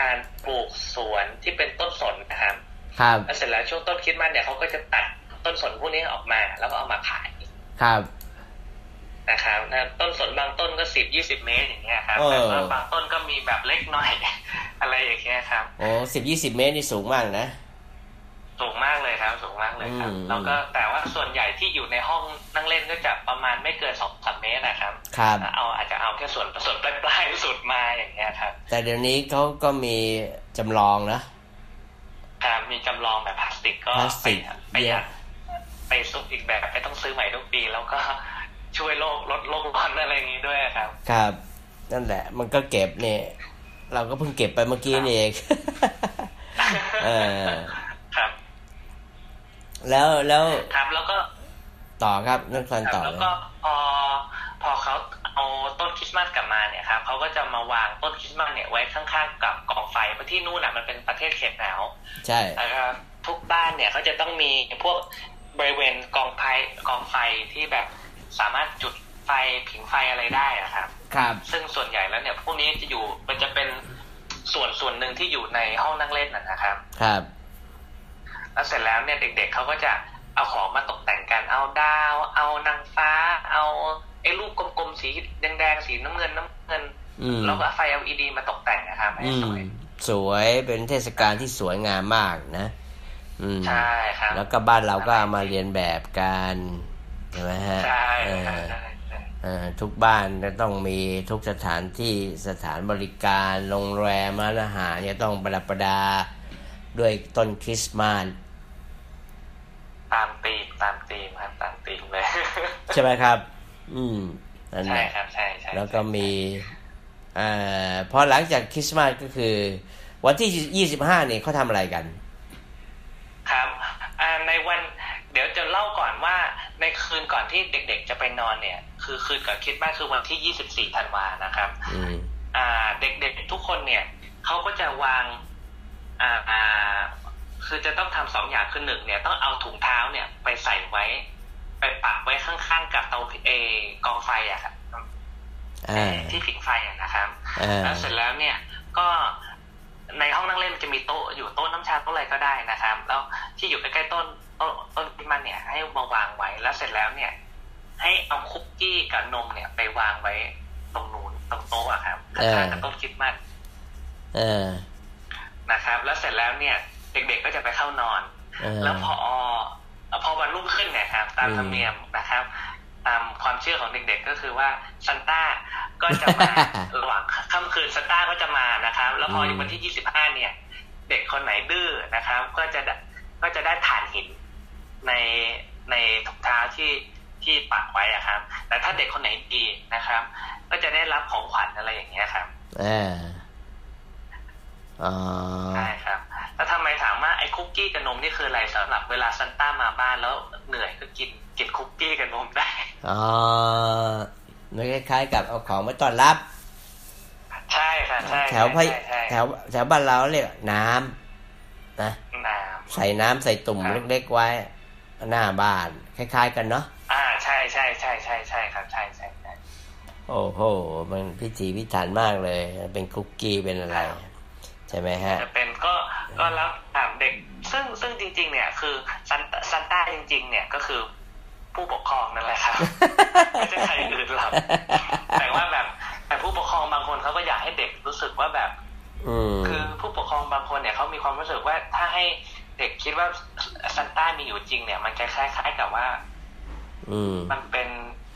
[SPEAKER 2] การปลูกสวนที่เป็นต้นสนนะครับ
[SPEAKER 1] ครับ
[SPEAKER 2] แล้วเสร็จแล้วช่วงต้นคริดมันเนี่ยเขาก็จะตัดต้นสนพวกนี้ออกมา แล้วก็เอามาขาย
[SPEAKER 1] ครับ
[SPEAKER 2] นะครับนะต้นสนบางต้นก็สิบยี่สิบเมตรอย่างเงี้ยครับ
[SPEAKER 1] เออ
[SPEAKER 2] แต่ว่าบางต้นก็มีแบบเล็กหน่อย อะไรอย่างเงี้ยครับ
[SPEAKER 1] โอ้สิบยี่สิบเมตรนี่สูงมากนะ
[SPEAKER 2] สูงมากเลยครับ สูงมากเลยครับ
[SPEAKER 1] อืม
[SPEAKER 2] แล้วก็แต่ว่าส่วนใหญ่ที่อยู่ในห้องนั่งเล่นก็จะประมาณไม่เกินสองสามเมตรนะครับ
[SPEAKER 1] ครับ
[SPEAKER 2] เอาอาจจะเอาแค่ส่วนส่วนปลายปลายๆสุดมาอย่างเงี้ยครับ
[SPEAKER 1] แต่เดี๋ยวนี้เขาก็มีจำลองนะ
[SPEAKER 2] ครับมีจำลองแบบพลาสติกก็
[SPEAKER 1] พลาสติก
[SPEAKER 2] ไป
[SPEAKER 1] เยี่
[SPEAKER 2] อย
[SPEAKER 1] ม
[SPEAKER 2] ยากไปซุปอีกแบบไม่ต้องซื้อใหม่ทุกปี แล้วก็ช่วยโลกลดโลกร้อนอะไรอย่างงี้ด้วยครับ
[SPEAKER 1] ครับ นั่นแหละ มันก็เก็บเนี่ย เราก็เพิ่งเก็บไปเมื่อกี้นี่เอง เออ
[SPEAKER 2] ครับ
[SPEAKER 1] แล้วแล้ว
[SPEAKER 2] ครับแล้วก็
[SPEAKER 1] ต่อครับนักฟันต่อ
[SPEAKER 2] แล้ว
[SPEAKER 1] เลย
[SPEAKER 2] ก็พอพอเขาเอาต้นคริสต์มาสกลับมาเนี่ยครับเขาก็จะมาวางต้นคริสต์มาสเนี่ยไว้ข้างๆกับกองไฟเพราะที่นู่นน่ะมันเป็นประเทศเขตหนาว
[SPEAKER 1] ใช่
[SPEAKER 2] นะครับทุกบ้านเนี่ยเขาจะต้องมีพวกบริเวณกองไฟกองไฟที่แบบสามารถจุดไฟผิงไฟอะไรได้นะครับ
[SPEAKER 1] ครับ
[SPEAKER 2] ซึ่งส่วนใหญ่แล้วเนี่ยพวกนี้จะอยู่มันจะเป็นส่วนส่วนหนึ่งที่อยู่ในห้องนั่งเล่นนะนะครับ
[SPEAKER 1] ครับ
[SPEAKER 2] แล้วเสร็จแล้วเนี่ยเด็กๆเขาก็จะเอาของมาตกแต่งกัน เอาดาว เอานางฟ้า เอาไอ้รูปกลมๆสีแดงๆสีน้ำเงินน้ำเงิน
[SPEAKER 1] อืม
[SPEAKER 2] แล้วก็ไฟ LED มาตกแต่งนะครับให้
[SPEAKER 1] อื
[SPEAKER 2] ส
[SPEAKER 1] ม
[SPEAKER 2] วย
[SPEAKER 1] สวยเป็นเทศกาลที่สวยงามมากนะ อืม
[SPEAKER 2] ใช่ครับ
[SPEAKER 1] แล้วก็บ้านเราก็เอามาเรียนแบบกันใช่ไหมฮะ
[SPEAKER 2] ใช่
[SPEAKER 1] เอ
[SPEAKER 2] ครับ
[SPEAKER 1] อ
[SPEAKER 2] ใช่ใช่
[SPEAKER 1] เออทุกบ้านจะต้องมีทุกสถานที่สถานบริการโรงแรมร้านอาหารจะต้องประดับประดา ด้วยต้นคริสต์มาส
[SPEAKER 2] ตามธีมตามธีมครับตามธีมเลย
[SPEAKER 1] ใช่ไหมครับ อืมนั่นแห
[SPEAKER 2] ใช่
[SPEAKER 1] ละ
[SPEAKER 2] ครับใช่ใช่
[SPEAKER 1] แล้วก็มีเอ่อพอหลังจากคริสต์มาสก็คือ วันที่ยี่สิบห้าเนี่ยเขาทำอะไรกัน
[SPEAKER 2] ครับอ่าในวันเดี๋ยวจะเล่าก่อนว่าในคืนก่อนที่เด็กๆจะไปนอนเนี่ย คือคืนก่อนคริดมากคือวันที่ 24ธันวานะครับ
[SPEAKER 1] อืม
[SPEAKER 2] อ่าเด็กๆทุกคนเนี่ยเขาก็จะวางอ่าอ่าคือจะต้องทำสองอย่างคือหนึ่งเนี่ยต้องเอาถุงเท้าเนี่ยไปใส่ไว้ ไปปักไว้ข้างๆกับเตาเออกองไฟอะครับ
[SPEAKER 1] อ่า
[SPEAKER 2] ที่ผิงไฟอะนะครับ
[SPEAKER 1] อ่า
[SPEAKER 2] แล้วเสร็จแล้วเนี่ยก็ในห้องนั่งเล่นมันจะมีโต๊ะอยู่โต๊ะน้ำชาโต๊ะอะไรก็ได้นะครับ แล้วที่อยู่ใกล้ๆต้นต้นต้นคริสต์มาสเนี่ย ให้มาวางไว้แล้วเสร็จแล้วเนี่ย ให้เอาคุกกี้กับนมเนี่ยไปวางไว้ตรงนู้นตรงโต๊ะอะครับข้างๆกับต้นคริสต์มาส
[SPEAKER 1] เออ
[SPEAKER 2] นะครับแล้วเสร็จแล้วเนี่ยเด็กๆก็จะไปเข้านอน
[SPEAKER 1] เออ
[SPEAKER 2] แล้วพอเอ่อพอวันรุ่งขึ้นเนี่ยครับ ตาม
[SPEAKER 1] อืม
[SPEAKER 2] ธรรมเนียมนะครับ ตามความเชื่อของเด็กๆก็คือว่าซันต้าก็จะมา ระหว่างค่ำคืนซันต้าก็จะมานะครับ แล้วพอวันที่ยี่สิบห้าเนี่ย เด็กคนไหนดื้อนะครับ ก็จะได้ก็จะได้ถ่านหินในในถุงเท้าที่ที่ปักไว้อะครับ แต่ถ้าเด็กคนไหนดีนะครับ ก็จะได้รับของขวัญอะไรอย่างเงี้ยครับ
[SPEAKER 1] เอออ๋อ
[SPEAKER 2] ใช่ครับ แล้วทำไมถามว่าไอ้คุกกี้กับนมนี่คืออะไรสำหรับเวลาซันต้ามาบ้านแล้วเหนื่อยก็กินกินคุกกี้กับนมได้
[SPEAKER 1] อ๋อมันคล้ายๆกับเอาของมาต้อนรับ
[SPEAKER 2] ใช่ครับใช่
[SPEAKER 1] แถวพะ
[SPEAKER 2] ใช่ใช่
[SPEAKER 1] แถวแถวบ้านเราเรียกน้ำนะ
[SPEAKER 2] น้
[SPEAKER 1] ใส่น้ำใส่ตุ่มเล็กๆไว้ หน้าบ้าน คล้ายๆกันเนาะ
[SPEAKER 2] ำอ่าใช่ใช่ใช่ใช่ใช่ครับใช่ใช่ใช่
[SPEAKER 1] โอ้โห มันพิถีพิถันมากเลย เป็นคุกกี้เป็นอะไร
[SPEAKER 2] ครับ
[SPEAKER 1] ใช่ไหมฮะ
[SPEAKER 2] จะเป็นก็ก็รับถามเด็ก ซึ่งซึ่งจริง ๆ เนี่ย คือซันซันต้าจริง ๆ เนี่ยก็คือผู้ปกครองนั่นแหละครับ ไม่ใช่ใครอื่นหรอกแต่ว่าแบบแต่ผู้ปกครองบางคนเขาก็อยากให้เด็กรู้สึกว่าแบบ
[SPEAKER 1] อืม
[SPEAKER 2] คือผู้ปกครองบางคนเนี่ยเขามีความรู้สึกว่าถ้าให้เด็กคิดว่าซันต้ามีอยู่จริงเนี่ย มันจะคล้ายๆกับว่า
[SPEAKER 1] อืม
[SPEAKER 2] มันเป็น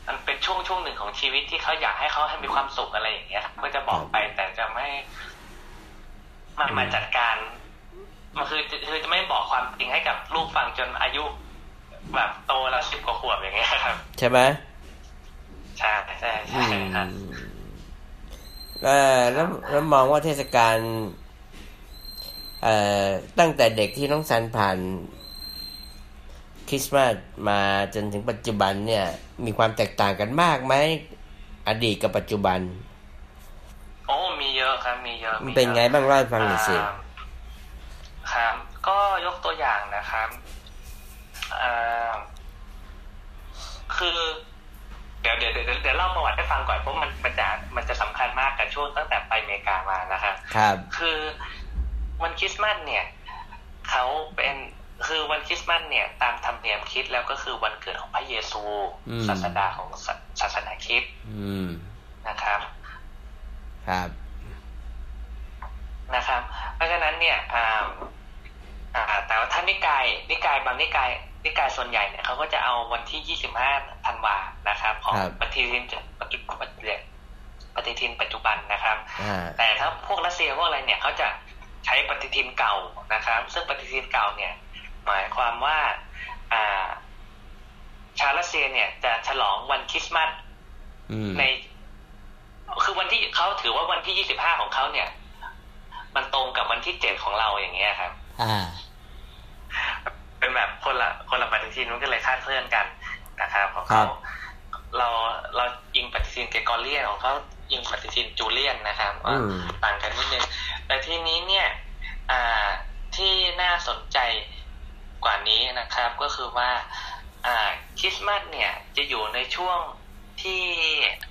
[SPEAKER 2] มันเป็นช่วงช่วงหนึ่งของชีวิตที่เขาอยากให้เขาให้มีความสุขอะไรอย่างเงี้ยครับก็จะบอกไปแต่จะไม่มันมาจัดการมันคือคือจะไม่บอกความจริงให้กับลูกฟังจนอายุ แบบโตแล้วสิบกว่าขวบอย่างเงี้ยครับ
[SPEAKER 1] ใช่ไหม
[SPEAKER 2] ใช่ใช่ใช่ครับ
[SPEAKER 1] เออแล้วแล้วมองว่าเทศกาลเอ่อตั้งแต่เด็กที่น้องซันผ่านคริสต์มาสมาจนถึงปัจจุบันเนี่ย มีความแตกต่างกันมากไหมอดีตกับปัจจุบัน
[SPEAKER 2] โอ้มีเยอะครับ มีเยอะ
[SPEAKER 1] มัน
[SPEAKER 2] มียอะ
[SPEAKER 1] เป็นไงบ้างเล่าให้ฟังหน่อยสิ
[SPEAKER 2] อ่าครับ ก็ยกตัวอย่างนะครับอ่าคือ เดี๋ยวเดี๋ยวเดี๋ยวเดี๋ยวเล่าประวัติให้ฟังก่อนเพราะมันมันจะมันจะสำคัญมากกับช่วงตั้งแต่ไปอเมริกามานะครับ
[SPEAKER 1] ครับ
[SPEAKER 2] คือวันคริสต์มาสเนี่ยเขาเป็นคือวันคริสต์มาสเนี่ย ตามธรรมเนียมคริดแล้วก็คือวันเกิดของพระเยซู
[SPEAKER 1] อืม
[SPEAKER 2] ศาสดาของศาศาส สนาคริด
[SPEAKER 1] อืม
[SPEAKER 2] นะครับ
[SPEAKER 1] ครับ
[SPEAKER 2] นะครับ เพราะฉะนั้นเนี่ยอ่าอ่าแต่ว่าท่านนิกาย นิกายบางนิกาย นิกายส่วนใหญ่เนี่ยเขาก็จะเอาวันที่ 25 ธันวานะครับ ของ
[SPEAKER 1] ครับ
[SPEAKER 2] ปฏิทินปฏิปฏิปฏิทินปัจจุบันนะครับ
[SPEAKER 1] อ่า
[SPEAKER 2] แต่ถ้าพวกรัสเซียพวกอะไรเนี่ยเขาจะใช้ปฏิทินเก่านะครับ ซึ่งปฏิทินเก่าเนี่ย หมายความว่าอ่า ชาวรัสเซียเนี่ยจะฉลองวันคริสต์มาส
[SPEAKER 1] อืม
[SPEAKER 2] ในคือวันที่เขาถือว่าวันที่ยี่สิบห้าของเขาเนี่ย มันตรงกับวันที่เจ็ดของเราอย่างเงี้ยครับ
[SPEAKER 1] อ่า
[SPEAKER 2] เป็นแบบคนละคนละปฏิทินมันก็เลยคลาดเคลื่อนกันนะครับของ
[SPEAKER 1] ครั
[SPEAKER 2] เขา
[SPEAKER 1] บ
[SPEAKER 2] เราเราอิงปฏิทินเกรกอเรียนของเขาอิงปฏิทินจูเลียนนะครับ
[SPEAKER 1] อื
[SPEAKER 2] ว่าม ต่างกันนิดนึงแต่ทีนี้เนี่ยอ่าที่น่าสนใจกว่านี้นะครับ ก็คือว่าอ่าคริสต์มาสเนี่ยจะอยู่ในช่วงที่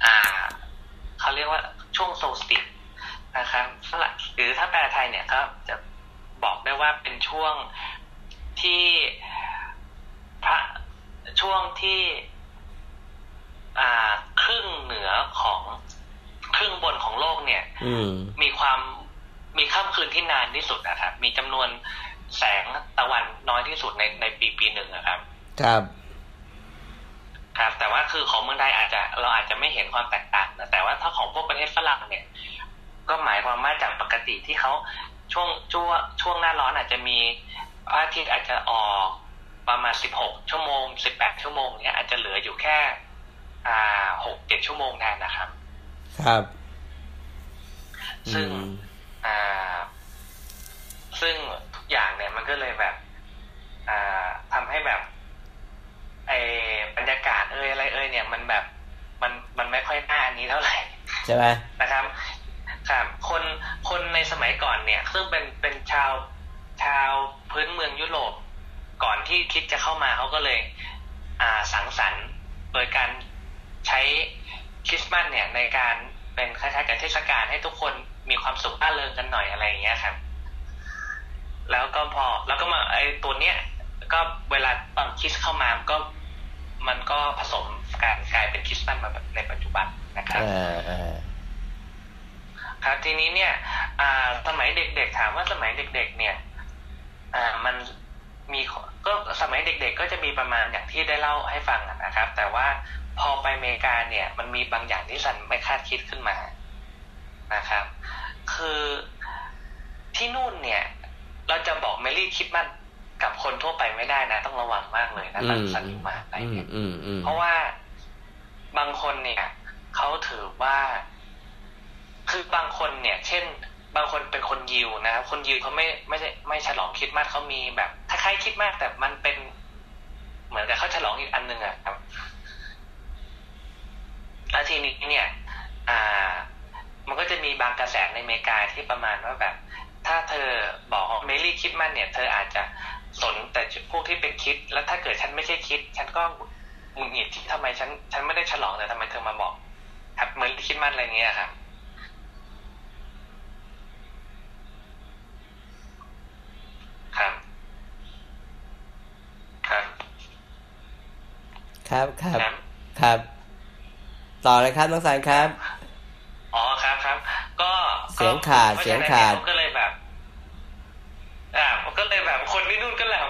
[SPEAKER 2] อ่าเขาเรียกว่าช่วงโซลสติกนะครับฝรั่งหรือถ้าแปลไทยเนี่ยครับจะบอกได้ว่าเป็นช่วง ที่พระช่วงที่ อ่าครึ่งเหนือของครึ่งบนของโลกเนี่ย
[SPEAKER 1] อืม
[SPEAKER 2] มีความมีค่ำคืนที่นานที่สุดนะครับ มีจำนวนแสงตะวันน้อยที่สุดในในปีปีหนึ่งนะครับ
[SPEAKER 1] ครับ
[SPEAKER 2] ครับ แต่ว่าคือของเมืองไทยอาจจะเราอาจจะไม่เห็นความแตกต่างนะแต่ว่าถ้าของพวกประเทศฝรั่งเนี่ย ก็หมายความว่าจากปกติที่เขาช่วงช่วงช่วงหน้าร้อนอาจจะมีพระอาทิตย์อาจจะออกประมาณสิบหกชั่วโมงสิบแปดชั่วโมงเนี่ยอาจจะเหลืออยู่แค่ อ่าหกเจ็ดชั่วโมงแทนนะครับ
[SPEAKER 1] ครับ
[SPEAKER 2] ซึ่ง
[SPEAKER 1] อืม
[SPEAKER 2] อ่า ซึ่งทุกอย่างเนี่ยมันก็เลยแบบ อ่าทำให้แบบไอบรรยากาศเอ่ยอะไรเอ่ยเนี่ยมันแบบมันมันไม่ค่อยน่าอันนี้เท่าไหร่
[SPEAKER 1] ใช่ไหม
[SPEAKER 2] นะครับครับคนคนในสมัยก่อนเนี่ย ซึ่งเป็นเป็นชาวชาวพื้นเมืองยุโรป ก่อนที่คิดจะเข้ามาเขาก็เลย อ่าสังสรรค์ โดยการใช้คริสต์มาสเนี่ย ในการเป็นคล้ายๆกับเทศกาลให้ทุกคนมีความสุขร่าเริงกันหน่อยอะไรอย่างเงี้ยครับ แล้วก็พอแล้วก็มาไอตัวเนี้ยก็เวลาตอนคริสเข้ามามันก็ มันก็ผสมกันกลายเป็นคริสต์มาสมาแบบในปัจจุบันนะครับ
[SPEAKER 1] อ่าอ่า
[SPEAKER 2] ครับทีนี้เนี่ย อ่า สมัยเด็กๆถามว่าสมัยเด็ก ๆ เนี่ย อ่ามันมีขก็สมัยเด็ก ๆ ก็จะมีประมาณอย่างที่ได้เล่าให้ฟังอะนะครับ แต่ว่าพอไปอเมริกาเนี่ย มันมีบางอย่างที่สันไม่คาดคิดขึ้นมานะครับ คือที่นู่นเนี่ย เราจะบอกเมลี่คริดมันกับคนทั่วไปไม่ได้นะ ต้องระวังมากเลยนะ
[SPEAKER 1] อื
[SPEAKER 2] สัน
[SPEAKER 1] ม
[SPEAKER 2] สันนิมาอะไร
[SPEAKER 1] อืม
[SPEAKER 2] เนี่ย
[SPEAKER 1] อืมอืม
[SPEAKER 2] เพราะว่าบางคนเนี่ยเขาถือว่า คือบางคนเนี่ย เช่น บางคนเป็นคนยิวนะครับ คนยิวเขาไม่ไม่ได้ไม่ฉลองคริดมาสเขามีแบบคล้ายๆคริดมาสแต่มันเป็น เหมือนกับเขาฉลองอีกอันหนึ่งอะครับ แล้วทีนี้เนี่ย อ่า มันก็จะมีบางกระแสในอเมริกาที่ประมาณว่าแบบ ถ้าเธอบอกเมลี่คิดมันเนี่ย เธออาจจะสนแต่พวกที่เป็นคิด แล้วถ้าเกิดฉันไม่ใช่คิด ฉันก็หงุดหงิดที่ทำไมฉัน ฉันไม่ได้ฉลองแต่ทำไมเธอมาบอกครับเมลี่คิดมันอะไรเงี้ยครับ ครับ ครับ
[SPEAKER 1] ครับครับ
[SPEAKER 2] ครับ
[SPEAKER 1] ครับ ต่อเลยครับน้องสันครับ
[SPEAKER 2] อ๋อครับครับ ก็
[SPEAKER 1] เสียงขาด
[SPEAKER 2] ก็
[SPEAKER 1] เสียงขาด
[SPEAKER 2] เพระฉะนั้นเนี่ยก็เลยแบบ อ่าก็เลยแบบคนที่นู่นก็แหละ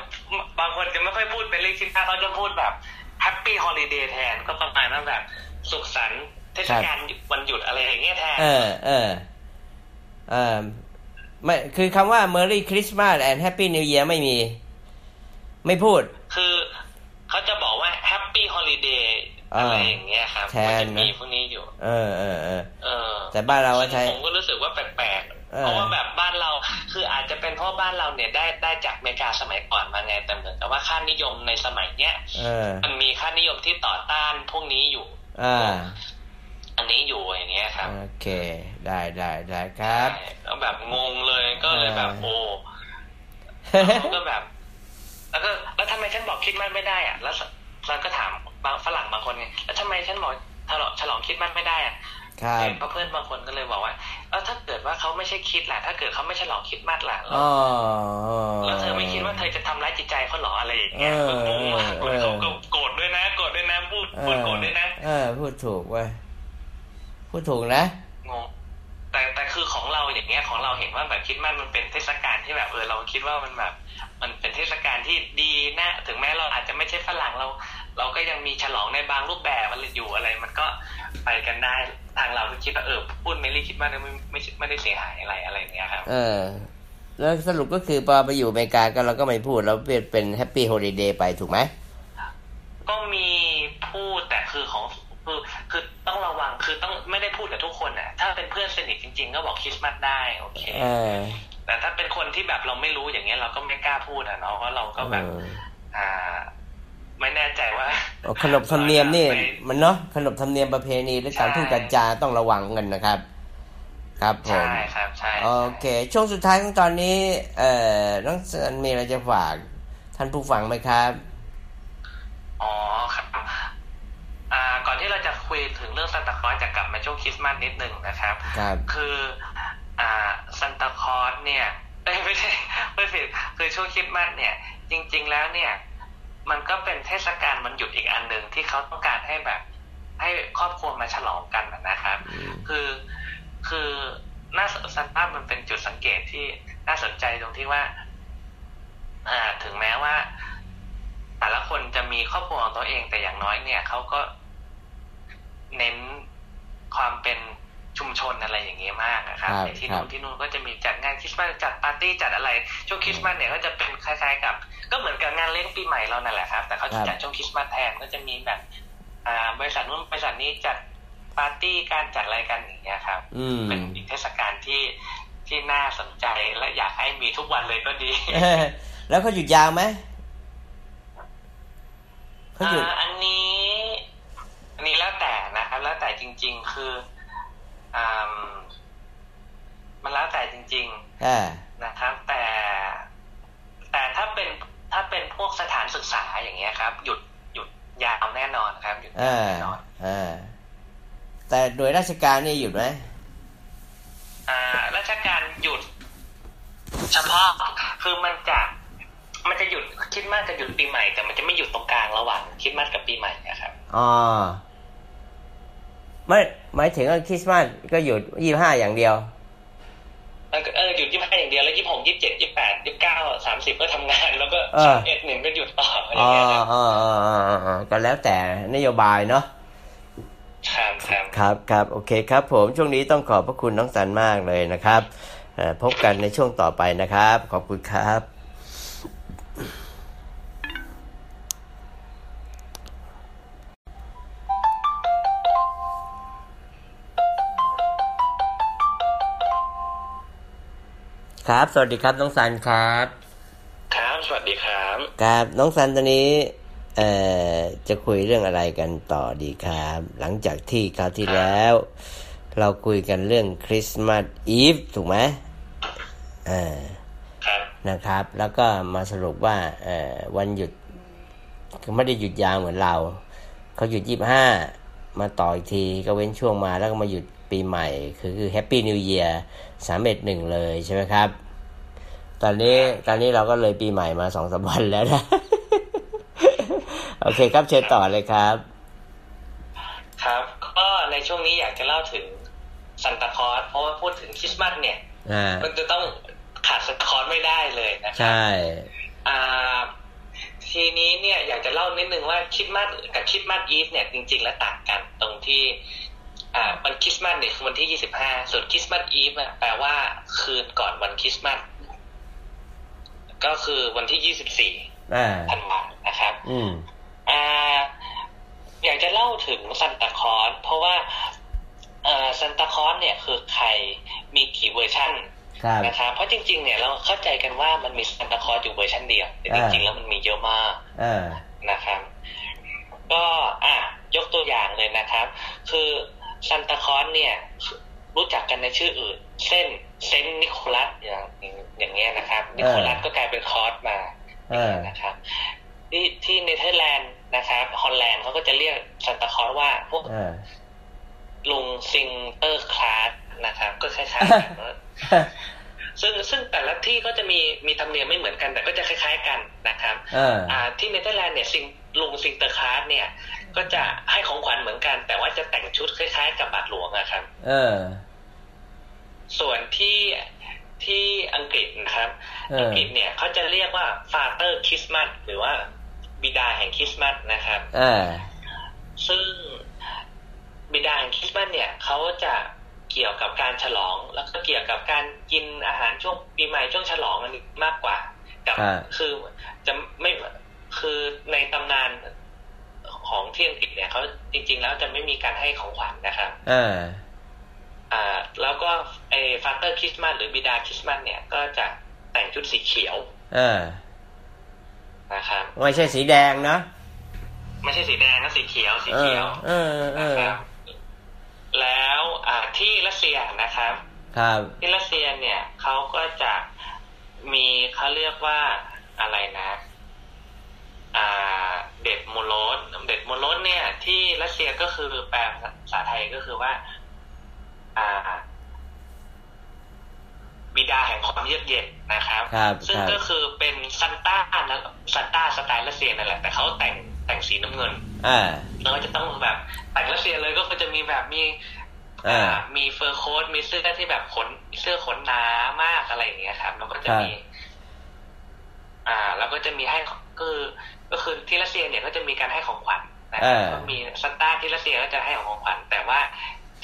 [SPEAKER 2] บางคนจะไม่ค่อยพูดเป็นเลขชิ้นหน้าเขาจะพูดแบบแฮปปี้ฮอลิเดย์แทนก็ประมาณนั้นแบบ สุขสันต์เทศกาลวันหยุดอะไรอย่างเงี้ยแทน
[SPEAKER 1] เออ เออ เออไม่คือคำว่า Merry Christmas and Happy New Year ไม่มี ไม่พูด
[SPEAKER 2] คือเขาจะบอกว่าแฮปปี้ฮอลิเดย์อะไรอย่างเงี้ยครับ
[SPEAKER 1] แทน
[SPEAKER 2] มัจะมีพวกนี้อยู่
[SPEAKER 1] เออเออเออ
[SPEAKER 2] เออ
[SPEAKER 1] แต่บ้านเราก็ใช้
[SPEAKER 2] ซึ่งผมก็รู้สึกว่าแปลกๆ
[SPEAKER 1] เออ
[SPEAKER 2] เพราะว่าแบบบ้านเรา คืออาจจะเป็นเพราะบ้านเราเนี่ยได้ได้จากอเมริกาสมัยก่อนมาไง แต่เหมือนกับว่าค่านิยมในสมัยเนี้ย
[SPEAKER 1] เออ
[SPEAKER 2] มันมีค่านิยมที่ต่อต้านพวกนี้อยู่
[SPEAKER 1] อ่า
[SPEAKER 2] อันนี้อยู่อย่างเงี้ยครับ
[SPEAKER 1] โอเค ได้ได้ได้ครับ
[SPEAKER 2] แล้วแบบงงเลยก็เลยแบบ
[SPEAKER 1] เออ
[SPEAKER 2] โอ้แล้วก็แบบ แล้วก็แล้วทำไมฉันบอกคิดมันไม่ได้อะแล้วเราก็ถามบางฝรั่งบางคนไงแล้วทำไมฉันบอกฉลองฉลองคิดมันไม่ได้อะ
[SPEAKER 1] ครับ
[SPEAKER 2] เพราะเพื่อนบางคนก็เลยบอกว่า แล้วถ้าเกิดว่าเขาไม่ใช่คิดล่ะ ถ้าเกิดเขาไม่ใช่หลอกคิดมากล่ะ
[SPEAKER 1] อ๋อ
[SPEAKER 2] แล้วเธอไม่คิดว่าเธอจะทำร้ายจิตใจเขาหรออะไรอย่างเงี้ย
[SPEAKER 1] เออ
[SPEAKER 2] มันปุ้งมาก
[SPEAKER 1] เออ
[SPEAKER 2] เขาก็โกรธด้วยนะโกรธด้วยนะพูดพูดโกรธด้วยนะ
[SPEAKER 1] เออ พูดถูกเว้ยพูดถูกนะ
[SPEAKER 2] งงแต่แต่คือของเราอย่างเงี้ยของเราเห็นว่าแบบคริดมันมันเป็นเทศกาลที่แบบเออเราคิดว่ามันแบบ มันเป็นเทศกาลที่ดีนะถึงแม้เราอาจจะไม่ใช่ฝรั่งเรา เราก็ยังมีฉลองในบางรูปแบบมันอยู่อะไร มันก็ไปกันได้ทางเราก็คิดว่าเออพูดเมลี่คิดว่าไม่ไม่ไม่ได้เสียหายอะไรอะไรอย่างเงี้ยครับ
[SPEAKER 1] เออ แล้วสรุปก็คือพอไปอยู่อเมริกาก็เราก็ไม่พูดแล้วเป็นเป็นแฮปปี้โฮลิเดย์ไปถูกไหม
[SPEAKER 2] ก็มีพูดแต่คือของคือคือต้องระวังคือต้องไม่ได้พูดกับทุกคนอ่ะถ้าเป็นเพื่อนสนิทจริง ๆ ก็บอกคริสต์มาสได้โอเค
[SPEAKER 1] เออ
[SPEAKER 2] แต่ถ้าเป็นคนที่แบบเราไม่รู้อย่างเงี้ยเราก็ไม่กล้าพูดอ่ะเนาะเพราะเราก็แบบ
[SPEAKER 1] เออ
[SPEAKER 2] อ่า ไม่แน่ใจว่า
[SPEAKER 1] อ๋อขนบธรรมเนียมนี่
[SPEAKER 2] ไป
[SPEAKER 1] มันเนาะขนบธรรมเนียมประเพณีและการ
[SPEAKER 2] ใช่
[SPEAKER 1] พูดกันจาต้องระวังกันนะครับ ครับผ
[SPEAKER 2] ใช่
[SPEAKER 1] ม
[SPEAKER 2] ครับใช่
[SPEAKER 1] โอเค ช่วงสุดท้ายของตอนนี้ เอ่อน้องสันมีอะไรจะฝากท่านผู้ฟังไหมครับ
[SPEAKER 2] อ๋อครับอ่า ก่อนที่เราจะคุยถึงเรื่องซันตาคลอสจะกลับมาช่วงคริสต์มาสนิดหนึ่งนะครับ
[SPEAKER 1] ครับ
[SPEAKER 2] คืออ่าซันตาคลอสเนี่ย เอ้ยไม่ใช่ไม่ผิดคือช่วงคริสต์มาสเนี่ย จริง ๆ แล้วเนี่ย มันก็เป็นเทศกาลมันหยุดอีกอันหนึ่งที่เขาต้องการให้แบบ ให้ครอบครัวมาฉลองกันน่ะนะครับ คือคือหน้าซันต้ามันเป็นจุดสังเกตที่น่าสนใจตรงที่ว่า อ่า ถึงแม้ว่า แต่ละคนจะมีครอบครัวของตัวเองแต่อย่างน้อยเนี่ยเขาก็เน้นความเป็นชุมชนอะไรอย่างเงี้ยมากนะครับ
[SPEAKER 1] ครับ
[SPEAKER 2] ในที่
[SPEAKER 1] ครั
[SPEAKER 2] นู่
[SPEAKER 1] บ
[SPEAKER 2] นที่นู่นก็จะมีจัดงานคริสต์มาสจัดปาร์ตี้จัดอะไร ช่วงคริสต์มาสเนี่ยก็จะเป็นคล้ายๆกับ ก็เหมือนกับงานเลี้ยงปีใหม่เรานั่นแหละครับ แต่เขาจะจัดช่วงคริสต์มาสแทนก็จะมีแบบ อ่าบริษัทนู้นบริษัทนี้จัดปาร์ตี้การจัดอะไรกันอย่างเงี้ยครับ
[SPEAKER 1] อืม
[SPEAKER 2] เป็นอีกเทศกาลที่ที่น่าสนใจและอยากให้มีทุกวันเลยก็ดี
[SPEAKER 1] แล้วเขาหยุดยาวไหมเขา
[SPEAKER 2] อ่า
[SPEAKER 1] หยุด
[SPEAKER 2] อันนี้อันนี้แล้วแต่นะครับ แล้วแต่จริง ๆ คืออ่ามันแล้วแต่จริง
[SPEAKER 1] อ่า
[SPEAKER 2] ๆนะครับ แต่แต่ถ้าเป็นถ้าเป็นพวกสถานศึกษาอย่างเงี้ยครับ หยุดหยุดยาวแน่นอนครับหยุด
[SPEAKER 1] อ่า
[SPEAKER 2] ยาวแน่นอน
[SPEAKER 1] อ่า แต่โดยราชการนี่หยุดไหม
[SPEAKER 2] อ่าราชการหยุด เฉพาะคือมันจะมันจะหยุดคิดมากกับหยุดปีใหม่แต่มันจะไม่หยุดตรงกลางระหว่างคิดมากกับปีใหม่นะครับ
[SPEAKER 1] อ๋อไม่หมายถึงว่าคริสต์มาสก็หยุดยี่ห้าอย่างเดียว
[SPEAKER 2] มันก็เออหยุดยี่ห้าอย่างเดียวแล้วยี่หกยี่เจ็ดยี่แปดยี่เก้าสามสิบก็ทำงาน แล้วก็
[SPEAKER 1] เออ
[SPEAKER 2] เอ็ดหนึ่งก็หยุดต่ออะไร
[SPEAKER 1] อ๋อ
[SPEAKER 2] เงี้ยครับ
[SPEAKER 1] อ๋ออ๋ออ๋ออ๋อก็แล้วแต่นโยบายเนาะ
[SPEAKER 2] ครับครับ
[SPEAKER 1] ครับครับโอเคครับผม ช่วงนี้ต้องขอบพระคุณน้องสันมากเลยนะครับเอ่อพบกันในช่วงต่อไปนะครับ ขอบคุณครับ ครับ สวัสดีครับน้องสันครับ
[SPEAKER 2] ครับสวัสดีครับ
[SPEAKER 1] ครับน้องสันตอนนี้เอ่อจะคุยเรื่องอะไรกันต่อดีครับ หลังจากที่คราวที่แล้ว เราคุยกันเรื่องคริสต์มาสอีฟถูกไหมเอ่อ
[SPEAKER 2] ครับ
[SPEAKER 1] นะครับ แล้วก็มาสรุปว่าเอ่อวันหยุดไม่ได้หยุดยาวเหมือนเรา เขาหยุดยี่บห้ามาต่ออีกทีก็เว้นช่วงมาแล้วก็มาหยุดปีใหม่ คือคือแฮปปี้นิวเยียร์สามเอ็ดหนึ่งเลยใช่ไหมครับ ตอนนี้ตอนนี้เราก็เลยปีใหม่มาสองสามวันแล้วนะ โอเคครับเชิญต่อเลยครับ
[SPEAKER 2] ครับ ก็ในช่วงนี้อยากจะเล่าถึงซันตาคลอสเพราะว่าพูดถึงคริสต์มาสเนี่ย
[SPEAKER 1] อ่า
[SPEAKER 2] มันจะต้องขาดซันตาคลอสไม่ได้เลยนะครับ
[SPEAKER 1] ใช่
[SPEAKER 2] อ่าทีนี้เนี่ยอยากจะเล่านิดนึงว่าคริดมาสกับคริดมาสอีฟเนี่ยจริง ๆ แล้วต่างกันตรงที่ อ่าวันคริสต์มาสเนี่ยคือวันที่ยี่สิบห้าส่วนคริสต์มาสอีฟแปลว่าคืนก่อนวันคริสต์มาสก็คือวันที่ยี่สิบสี่
[SPEAKER 1] อ่า
[SPEAKER 2] ธันวาคมนะครับ
[SPEAKER 1] อืม
[SPEAKER 2] อ่าอยากจะเล่าถึงซันตาคลอสเพราะว่าเอ่อซันตาคลอสเนี่ยคือใครมีกี่เวอร์ชัน
[SPEAKER 1] ครับ
[SPEAKER 2] นะครับเพราะจริงๆ เนี่ยเราเข้าใจกันว่ามันมีซันตาคลอสอยู่เวอร์ชันเดียว แต่จ
[SPEAKER 1] อ่า
[SPEAKER 2] ริงๆ แล้วมันมีเยอะมาก
[SPEAKER 1] อ่า
[SPEAKER 2] นะครับ ก็อ่ะยกตัวอย่างเลยนะครับ คือซันตาคลอสเนี่ย รู้จักกันในชื่ออื่น เช่นเซนต์นิโคลัสอย่างอย่างเงี้ยนะครับ นิโคลัสก็กลายเป็นคลอสมา
[SPEAKER 1] อ่า
[SPEAKER 2] นะครับ ที่ที่เนเธอร์แลนด์นะครับฮอลแลนด์เขาก็จะเรียกซันตาคลอสว่าพวก
[SPEAKER 1] อ่า
[SPEAKER 2] ลุงซิงเตอร์คลาสนะครับ ก็คล้ ช่ครับ ซึ่งซึ่งแต่ละที่ก็จะมีมีธรรมเนียมไม่เหมือนกันแต่ก็จะคล้ายๆกันนะครับ
[SPEAKER 1] เออ
[SPEAKER 2] อ่าที่เนเธอร์แลนด์เนี่ยซิงลุงซิงเตอร์คาร์ดเนี่ย ก็จะให้ของขวัญเหมือนกัน แต่ว่าจะแต่งชุดคล้ายๆ กับบาทหลวงอะครับ
[SPEAKER 1] เออ
[SPEAKER 2] ส่วนที่ที่อังกฤษนะครับ
[SPEAKER 1] เอ
[SPEAKER 2] อัง
[SPEAKER 1] อ
[SPEAKER 2] กฤษเนี่ยเขาจะเรียกว่า Father Christmas หรือว่าบิดาแห่งคริสต์มาสนะครับ
[SPEAKER 1] เออ
[SPEAKER 2] ซึ่งบิดาแห่งคริสต์มาสเนี่ยเขาจะเกี่ยวกับการฉลอง แล้วก็เกี่ยวกับการกินอาหารช่วงปีใหม่ช่วงฉลองอันนี้มากกว่า กับ
[SPEAKER 1] อ่า
[SPEAKER 2] คือจะไม่คือในตำนานของที่อังกฤษเนี่ยเขาจริง ๆ แล้วจะไม่มีการให้ของขวัญนะครับ
[SPEAKER 1] เออ
[SPEAKER 2] อ่าแล้วก็ไอ้ฟาเตอร์คริสต์มาสหรือบิดาคริสต์มาสเนี่ยก็จะแต่งชุดสีเขียว
[SPEAKER 1] เออ
[SPEAKER 2] นะครับ
[SPEAKER 1] ไม่ใช่สีแดงนะ
[SPEAKER 2] ไม่ใช่สีแดงนะสีเขียวสี
[SPEAKER 1] เอ
[SPEAKER 2] เขี
[SPEAKER 1] อ
[SPEAKER 2] ยว
[SPEAKER 1] เออ เอ
[SPEAKER 2] นะ
[SPEAKER 1] อ
[SPEAKER 2] ครับแล้วอ่าที่รัสเซียนะครับ
[SPEAKER 1] ครับ
[SPEAKER 2] ที่รัสเซียเนี่ยเขาก็จะมีเขาเรียกว่าอะไรนะ อ่า เด็ดโมโลสเด็ดโมโลสเนี่ย ที่รัสเซียก็คือแปลภาษาไทยก็คือว่า อ่า บิดาแห่งความเยือกเย็นนะครับ
[SPEAKER 1] ครับ
[SPEAKER 2] ซึ่ง
[SPEAKER 1] ครับ
[SPEAKER 2] ก็คือเป็นซันต้านะซันต้าสไตล์รัสเซียนั่นแหละ แต่เขาแต่งแต่งสีน้ำเงิน
[SPEAKER 1] เออ
[SPEAKER 2] เราก็จะต้องแบบแต่งรัสเซียเลยก็คือจะมีแบบมี
[SPEAKER 1] อ่า
[SPEAKER 2] อ่ามีเฟอร์โค้ทมีเสื้อที่แบบขนเสื้อขนหนามากอะไรอย่างเงี้ยครับแล้วก็จะมี
[SPEAKER 1] ครับ
[SPEAKER 2] อ่า แล้วก็จะมีให้ก็คือก็คือที่รัสเซียเนี่ยก็จะมีการให้ของขวัญนะ
[SPEAKER 1] เออ
[SPEAKER 2] ก็มีซันต้าที่รัสเซียก็จะให้ของขวัญแต่ว่า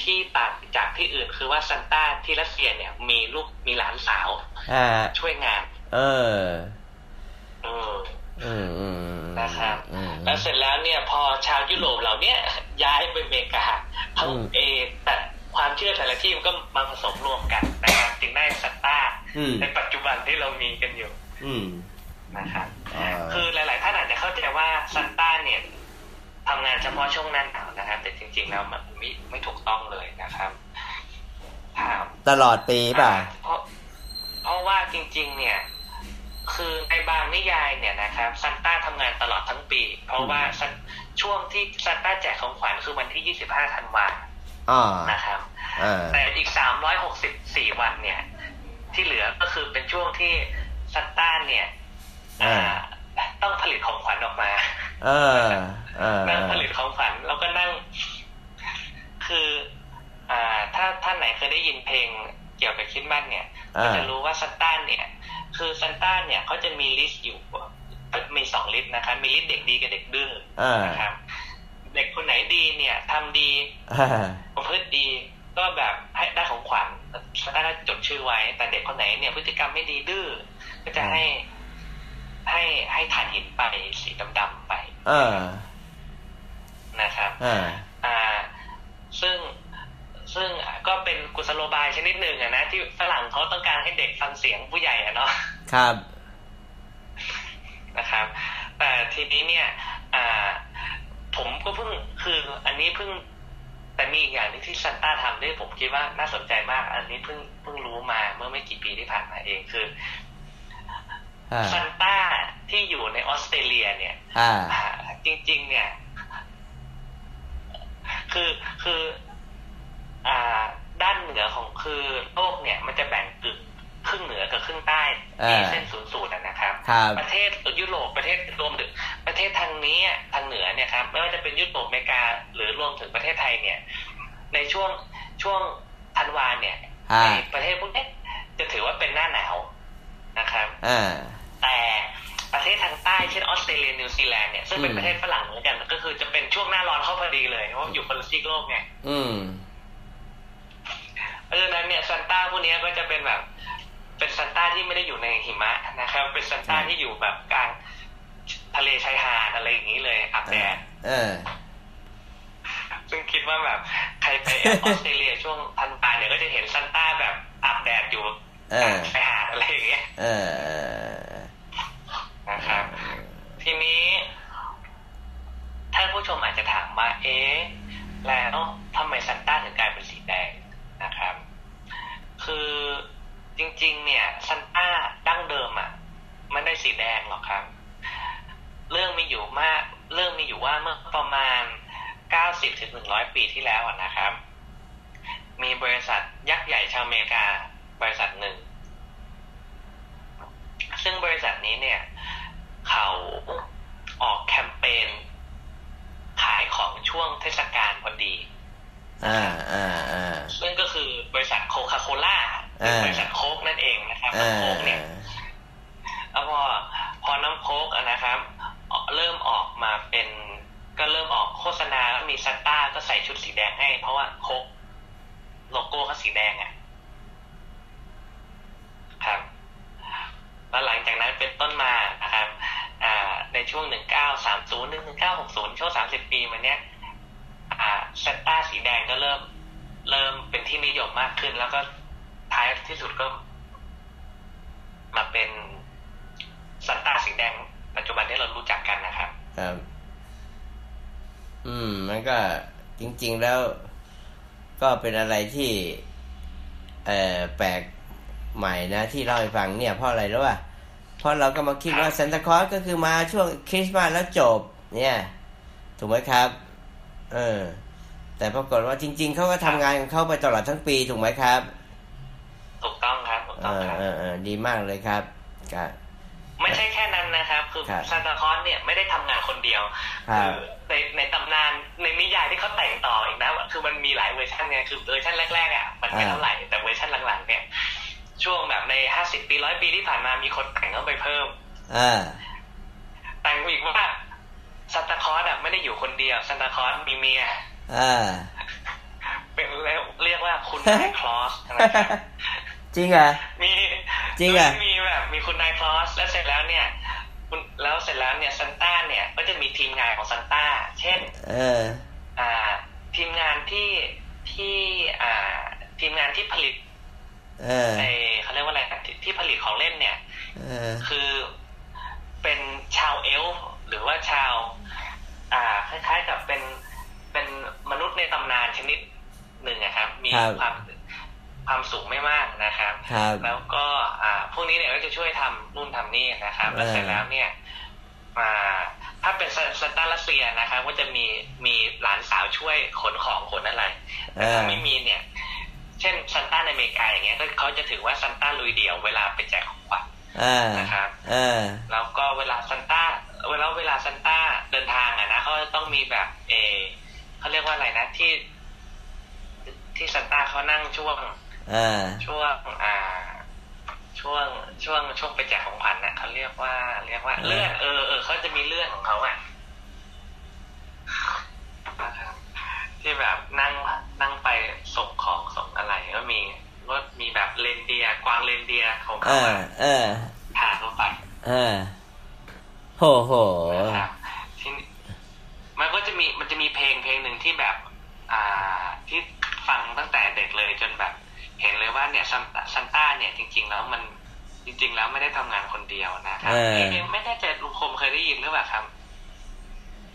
[SPEAKER 2] ที่ต่างจากที่อื่นคือว่าซันต้าที่รัสเซียเนี่ย มีลูกมีหลานสาว
[SPEAKER 1] อ่า
[SPEAKER 2] ช่วยงาน
[SPEAKER 1] เออ
[SPEAKER 2] เอ
[SPEAKER 1] อื
[SPEAKER 2] อ
[SPEAKER 1] มอืมอืม
[SPEAKER 2] นะครับ
[SPEAKER 1] อืม
[SPEAKER 2] แล้วเสร็จแล้วเนี่ยพอชาวยุโรปเราเนี่ยย้ายไปอเมริกาทั้ง
[SPEAKER 1] อืม
[SPEAKER 2] เออแต่ความเชื่อแต่ละที่มันก็มาผสมรวมกันนะครับจึงได้สตาร์
[SPEAKER 1] อืม
[SPEAKER 2] ในปัจจุบันที่เรามีกันอยู่
[SPEAKER 1] อืม
[SPEAKER 2] นะครับ
[SPEAKER 1] อ่า
[SPEAKER 2] คือหลาย ๆ ท่านอาจจะเข้าใจว่าซันต้าเนี่ยทำงานเฉพาะช่วงหน้าหนาวนะครับ แต่จริง ๆ แล้วมันไม่ไม่ถูกต้องเลยนะครับครับ
[SPEAKER 1] ตลอดปีป่ะ
[SPEAKER 2] เพราะเพราะว่าจริงๆ เนี่ย คือในบางนิยายเนี่ยนะครับซันต้าทำงานตลอดทั้งปี เพราะว่าซันช่วงที่ซันต้าแจกของขวัญคือวันที่ 25 ธันวา
[SPEAKER 1] อ่า
[SPEAKER 2] นะครับ
[SPEAKER 1] เออ
[SPEAKER 2] แต่อีก 364 วันเนี่ย ที่เหลือก็คือเป็นช่วงที่ซันต้าเนี่ย
[SPEAKER 1] อ่า
[SPEAKER 2] อ่าต้องผลิตของขวัญออกมา
[SPEAKER 1] เออ เออ
[SPEAKER 2] นั่งผลิตของขวัญแล้วก็นั่ง คือ อ่า ถ้าท่านไหนเคยได้ยินเพลงเกี่ยวกับคริดมันเนี่ย ก็
[SPEAKER 1] อ่า
[SPEAKER 2] จะรู้ว่าซันต้าเนี่ย คือซันต้าเนี่ยเขาจะมีลิสต์อยู่ มีสองลิสต์นะครับมีลิสต์เด็กดีกับเด็กดื้อ
[SPEAKER 1] เออ
[SPEAKER 2] นะครับ เด็กคนไหนดีเนี่ยทำดี
[SPEAKER 1] เออ
[SPEAKER 2] ประพฤติดี ก็แบบให้ได้ของขวัญซันต้าก็จดชื่อไว้ แต่เด็กคนไหนเนี่ยพฤติกรรมไม่ดีดื้อ ก็จะให้ ให้ให้ถ่านหินไปสีดำๆไป
[SPEAKER 1] เออ
[SPEAKER 2] นะครับ
[SPEAKER 1] เออ
[SPEAKER 2] อ่าซึ่งซึ่งก็เป็นกุศโลบายชนิดหนึ่งอะนะ ที่ฝรั่งเขาต้องการให้เด็กฟังเสียงผู้ใหญ่อะเนาะ
[SPEAKER 1] ครับ
[SPEAKER 2] นะครับ แต่ทีนี้เนี่ย อ่า ผมก็เพิ่งคืออันนี้เพิ่ง แต่มีอีกอย่างหนึงที่ซันต้าทำด้วยผมคิดว่าน่าสนใจมาก อันนี้เพิ่งเพิ่งรู้มาเมื่อไม่กี่ปีที่ผ่านมาเองคือ
[SPEAKER 1] อ่า
[SPEAKER 2] ซันต้าที่อยู่ในออสเตรเลียเนี่ย
[SPEAKER 1] อ่า
[SPEAKER 2] อ่าจริง ๆ เนี่ย คือคือ อ่า ด้านเหนือของคือโลกเนี่ย มันจะแบ่งกึ่งครึ่งเหนือกับครึ่งใต้
[SPEAKER 1] เออ
[SPEAKER 2] ที่เส้นศูนย์สูตรนะครับ
[SPEAKER 1] ครับ
[SPEAKER 2] ประเทศยุโรปประเทศรวมถึงประเทศทางนี้อ่ะทางเหนือเนี่ยครับไม่ว่าจะเป็นยุโรปอเมริกา หรือรวมถึงประเทศไทยเนี่ย ในช่วงช่วงธันวาเนี่ย
[SPEAKER 1] อ่า
[SPEAKER 2] ไอ้ประเทศพวกเนี้ยจะถือว่าเป็นหน้าหนาวนะครับ
[SPEAKER 1] อ่า
[SPEAKER 2] แต่ประเทศทางใต้เช่นออสเตรเลียนิวซีแลนด์เนี่ยซึ่งเป็น
[SPEAKER 1] อืม
[SPEAKER 2] ประเทศฝรั่งเหมือนกันก็คือจะเป็นช่วงหน้าร้อนเข้าพอดีเลยเพราะว่าอยู่คนละซีกโลกไง
[SPEAKER 1] อืม
[SPEAKER 2] เพราะฉะนั้นเนี่ยซันต้าพวกเนี้ยก็จะเป็นแบบ เป็นซันต้าที่ไม่ได้อยู่ในหิมะนะครับ เป็นซันต้าที่อยู่แบบกลางทะเลชายหาดอะไรอย่างนี้เลยอาบแดด
[SPEAKER 1] เออ
[SPEAKER 2] ซึ่งคิดว่าแบบใครไปออสเตรเลียช่วงพันปาเนี่ยก็จะเห็นซันต้าแบบอาบแดดอยู่
[SPEAKER 1] เอก
[SPEAKER 2] ลา
[SPEAKER 1] อ
[SPEAKER 2] งชายหาดอะไรอย่างเงี้ย
[SPEAKER 1] เออ
[SPEAKER 2] นะครับ ทีนี้ท่านผู้ชมอาจจะถามว่า เอ๊ะแล้วทำไมซันต้าถึงกลายเป็นสีแดงนะครับ คือจริง ๆ เนี่ยซันต้าดั้งเดิมอะ่ะไม่ได้สีแดงหรอกครับ เรื่องมีอยู่มากเรื่องมีอยู่ว่าเมื่อประมาณ 90-100 ปีที่แล้วอะนะครับ มีบริษัทยักษ์ใหญ่ชาวอเมริกา บริษัทหนึ่ง ซึ่งบริษัทนี้เนี่ย เขาออกแคมเปญขายของช่วงเทศกาลพอดี
[SPEAKER 1] อ่าอ่าอ่า
[SPEAKER 2] ซึ่งก็คือบริษัทโคคาโคล่าหรือ
[SPEAKER 1] เออ
[SPEAKER 2] บริษัทโค้กนั่นเองนะครับ
[SPEAKER 1] อ่า
[SPEAKER 2] น้ำโค้กเนี่ยแล้วพอพอน้ำโค้กอะนะครับเอ่อเริ่มออกมาเป็น ก็เริ่มออกโฆษณาแล้วมีซัตต้าก็ใส่ชุดสีแดงให้ เพราะว่าโค้กโลโก้เขาสีแดงอะครับ แล้วหลังจากนั้นเป็นต้นมานะครับ อ่า ในช่วง 1930 1960 ช่วง 30 ปีมาเนี้ย อ่าเซนต้าสีแดงก็เริ่ม เริ่มเป็นที่นิยมมากขึ้น แล้วก็ท้ายที่สุดก็ มาเป็นเซนต้าสีแดง ปัจจุบันที่เรารู้จักกันนะครับ
[SPEAKER 1] ครับ อืม มันก็จริง ๆแล้ว ก็เป็นอะไรที่ เอ่อแปลกใหม่นะ ที่เล่าให้ฟังเนี่ยเพราะอะไรรู้ป่ะเพราะเราก็มาคิดว่าซานตาคลอสก็คือมาช่วงคริสต์มาสแล้วจบ เนี่ย ถูกไหมครับ เออ แต่ปรากฏว่าจริง ๆเขาก็ทำงานของเขาไปตลอดทั้งปีถูกไหมครับ
[SPEAKER 2] ถูกต้องครับถูก
[SPEAKER 1] เอ
[SPEAKER 2] ต้อง
[SPEAKER 1] อ
[SPEAKER 2] ครับ
[SPEAKER 1] เออเออดีมากเลยครับครับ
[SPEAKER 2] ไม่ใช่แค่นั้นนะครับ คือ
[SPEAKER 1] ครับ
[SPEAKER 2] ซานตาคลอสเนี่ยไม่ได้ทำงานคนเดียว
[SPEAKER 1] ครับ
[SPEAKER 2] ในในตำนานในนิยายที่เขาแต่งต่ออีกนะว่าคือมันมีหลายเวอร์ชันไงคือเวอร์ชันแรกๆอ่ะมันไม่เท่าไหร่แต่เวอร์ชันหลังๆ เนี่ย ช่วงแบบในห้าสิบปีร้อยปีที่ผ่านมามีคนแต่งเข้าไปเพิ่ม
[SPEAKER 1] เออ
[SPEAKER 2] แต่งอีกว่าซานตาคลอสอ่ะไม่ได้อยู่คนเดียวซานตาคลอสมีเมีย
[SPEAKER 1] เออ
[SPEAKER 2] เป็นเรียกว่าคุณนายคลอสนะครับ
[SPEAKER 1] จริงเหรอ
[SPEAKER 2] มี
[SPEAKER 1] จริงเหรอ
[SPEAKER 2] มีแบบมีคุณนายคลอสแล้วเสร็จแล้วเนี่ยคุณแล้วเสร็จแล้วเนี่ยซันต้าเนี่ยก็จะมีทีมงานของซันต้า เช่น
[SPEAKER 1] เออ
[SPEAKER 2] อ่า ทีมงานที่ที่อ่า ทีมงานที่ผลิต
[SPEAKER 1] เออ
[SPEAKER 2] ในเขาเรียกว่าอะไรนะที่ที่ผลิตของเล่นเนี่ย
[SPEAKER 1] เออ
[SPEAKER 2] คือเป็นชาวเอลฟ์หรือว่าชาว อ่า คล้าย ๆ กับเป็นเป็นมนุษย์ในตำนานชนิดหนึ่งนะครับ มี
[SPEAKER 1] ครับ
[SPEAKER 2] ความความสูงไม่มากนะครับ
[SPEAKER 1] ครับ
[SPEAKER 2] แล้วก็อ่าพวกนี้เนี่ยก็จะช่วยทำนู่นทำนี่นะครับ แล้วเสร็จ
[SPEAKER 1] เออ
[SPEAKER 2] แล้วเนี่ยอ่าถ้าเป็นซันซันต้ารัสเซียนะครับ ก็จะมีมีหลานสาวช่วยขนของขนอะไร
[SPEAKER 1] เอ
[SPEAKER 2] แต่
[SPEAKER 1] อ
[SPEAKER 2] ถ้าไม่มีเนี่ย เช่นซันต้าในอเมริกาอย่างเงี้ยก็เขาจะถือว่าซันต้าลุยเดี่ยวเวลาไปแจกของขวัญ
[SPEAKER 1] เออ
[SPEAKER 2] นะครับ
[SPEAKER 1] เออ
[SPEAKER 2] แล้วก็เวลาซันต้าเวลาเวลาซันต้าเดินทางอะนะเขาจะต้องมีแบบเออเขาเรียกว่าอะไรนะที่ ที่ซันต้าเขานั่งช่วง
[SPEAKER 1] เออ
[SPEAKER 2] ช่วงอ่า ช่วงช่วงช่วงไปแจกของขวัญน่ะเขาเรียกว่า เรียกว่า
[SPEAKER 1] เออ
[SPEAKER 2] เลื่อนเออเออเขาจะมีเลื่อนของเขาอ่ะนะครับที่แบบนั่งนั่งไปส่งของส่งอะไรก็มีรถมีแบบเลนเดียร์กวางเลนเดียร์ของ
[SPEAKER 1] เอ
[SPEAKER 2] เขา
[SPEAKER 1] อ
[SPEAKER 2] อะ
[SPEAKER 1] เออ
[SPEAKER 2] พาเข้าไป
[SPEAKER 1] เออ โหโห
[SPEAKER 2] นะครับทีนี้มันก็จะมีมันจะมีเพลงเพลงหนึ่งที่แบบ อ่า ที่ฟังตั้งแต่เด็กเลยจนแบบ เห็นเลยว่าเนี่ยซันต้าซันต้าเนี่ยจริง ๆ แล้วมันจริง ๆ แล้วไม่ได้ทำงานคนเดียวนะครับ
[SPEAKER 1] เออ
[SPEAKER 2] เอ๊ะไม่แน่ใจลุงคมเคยได้ยินหรือเปล่าครับ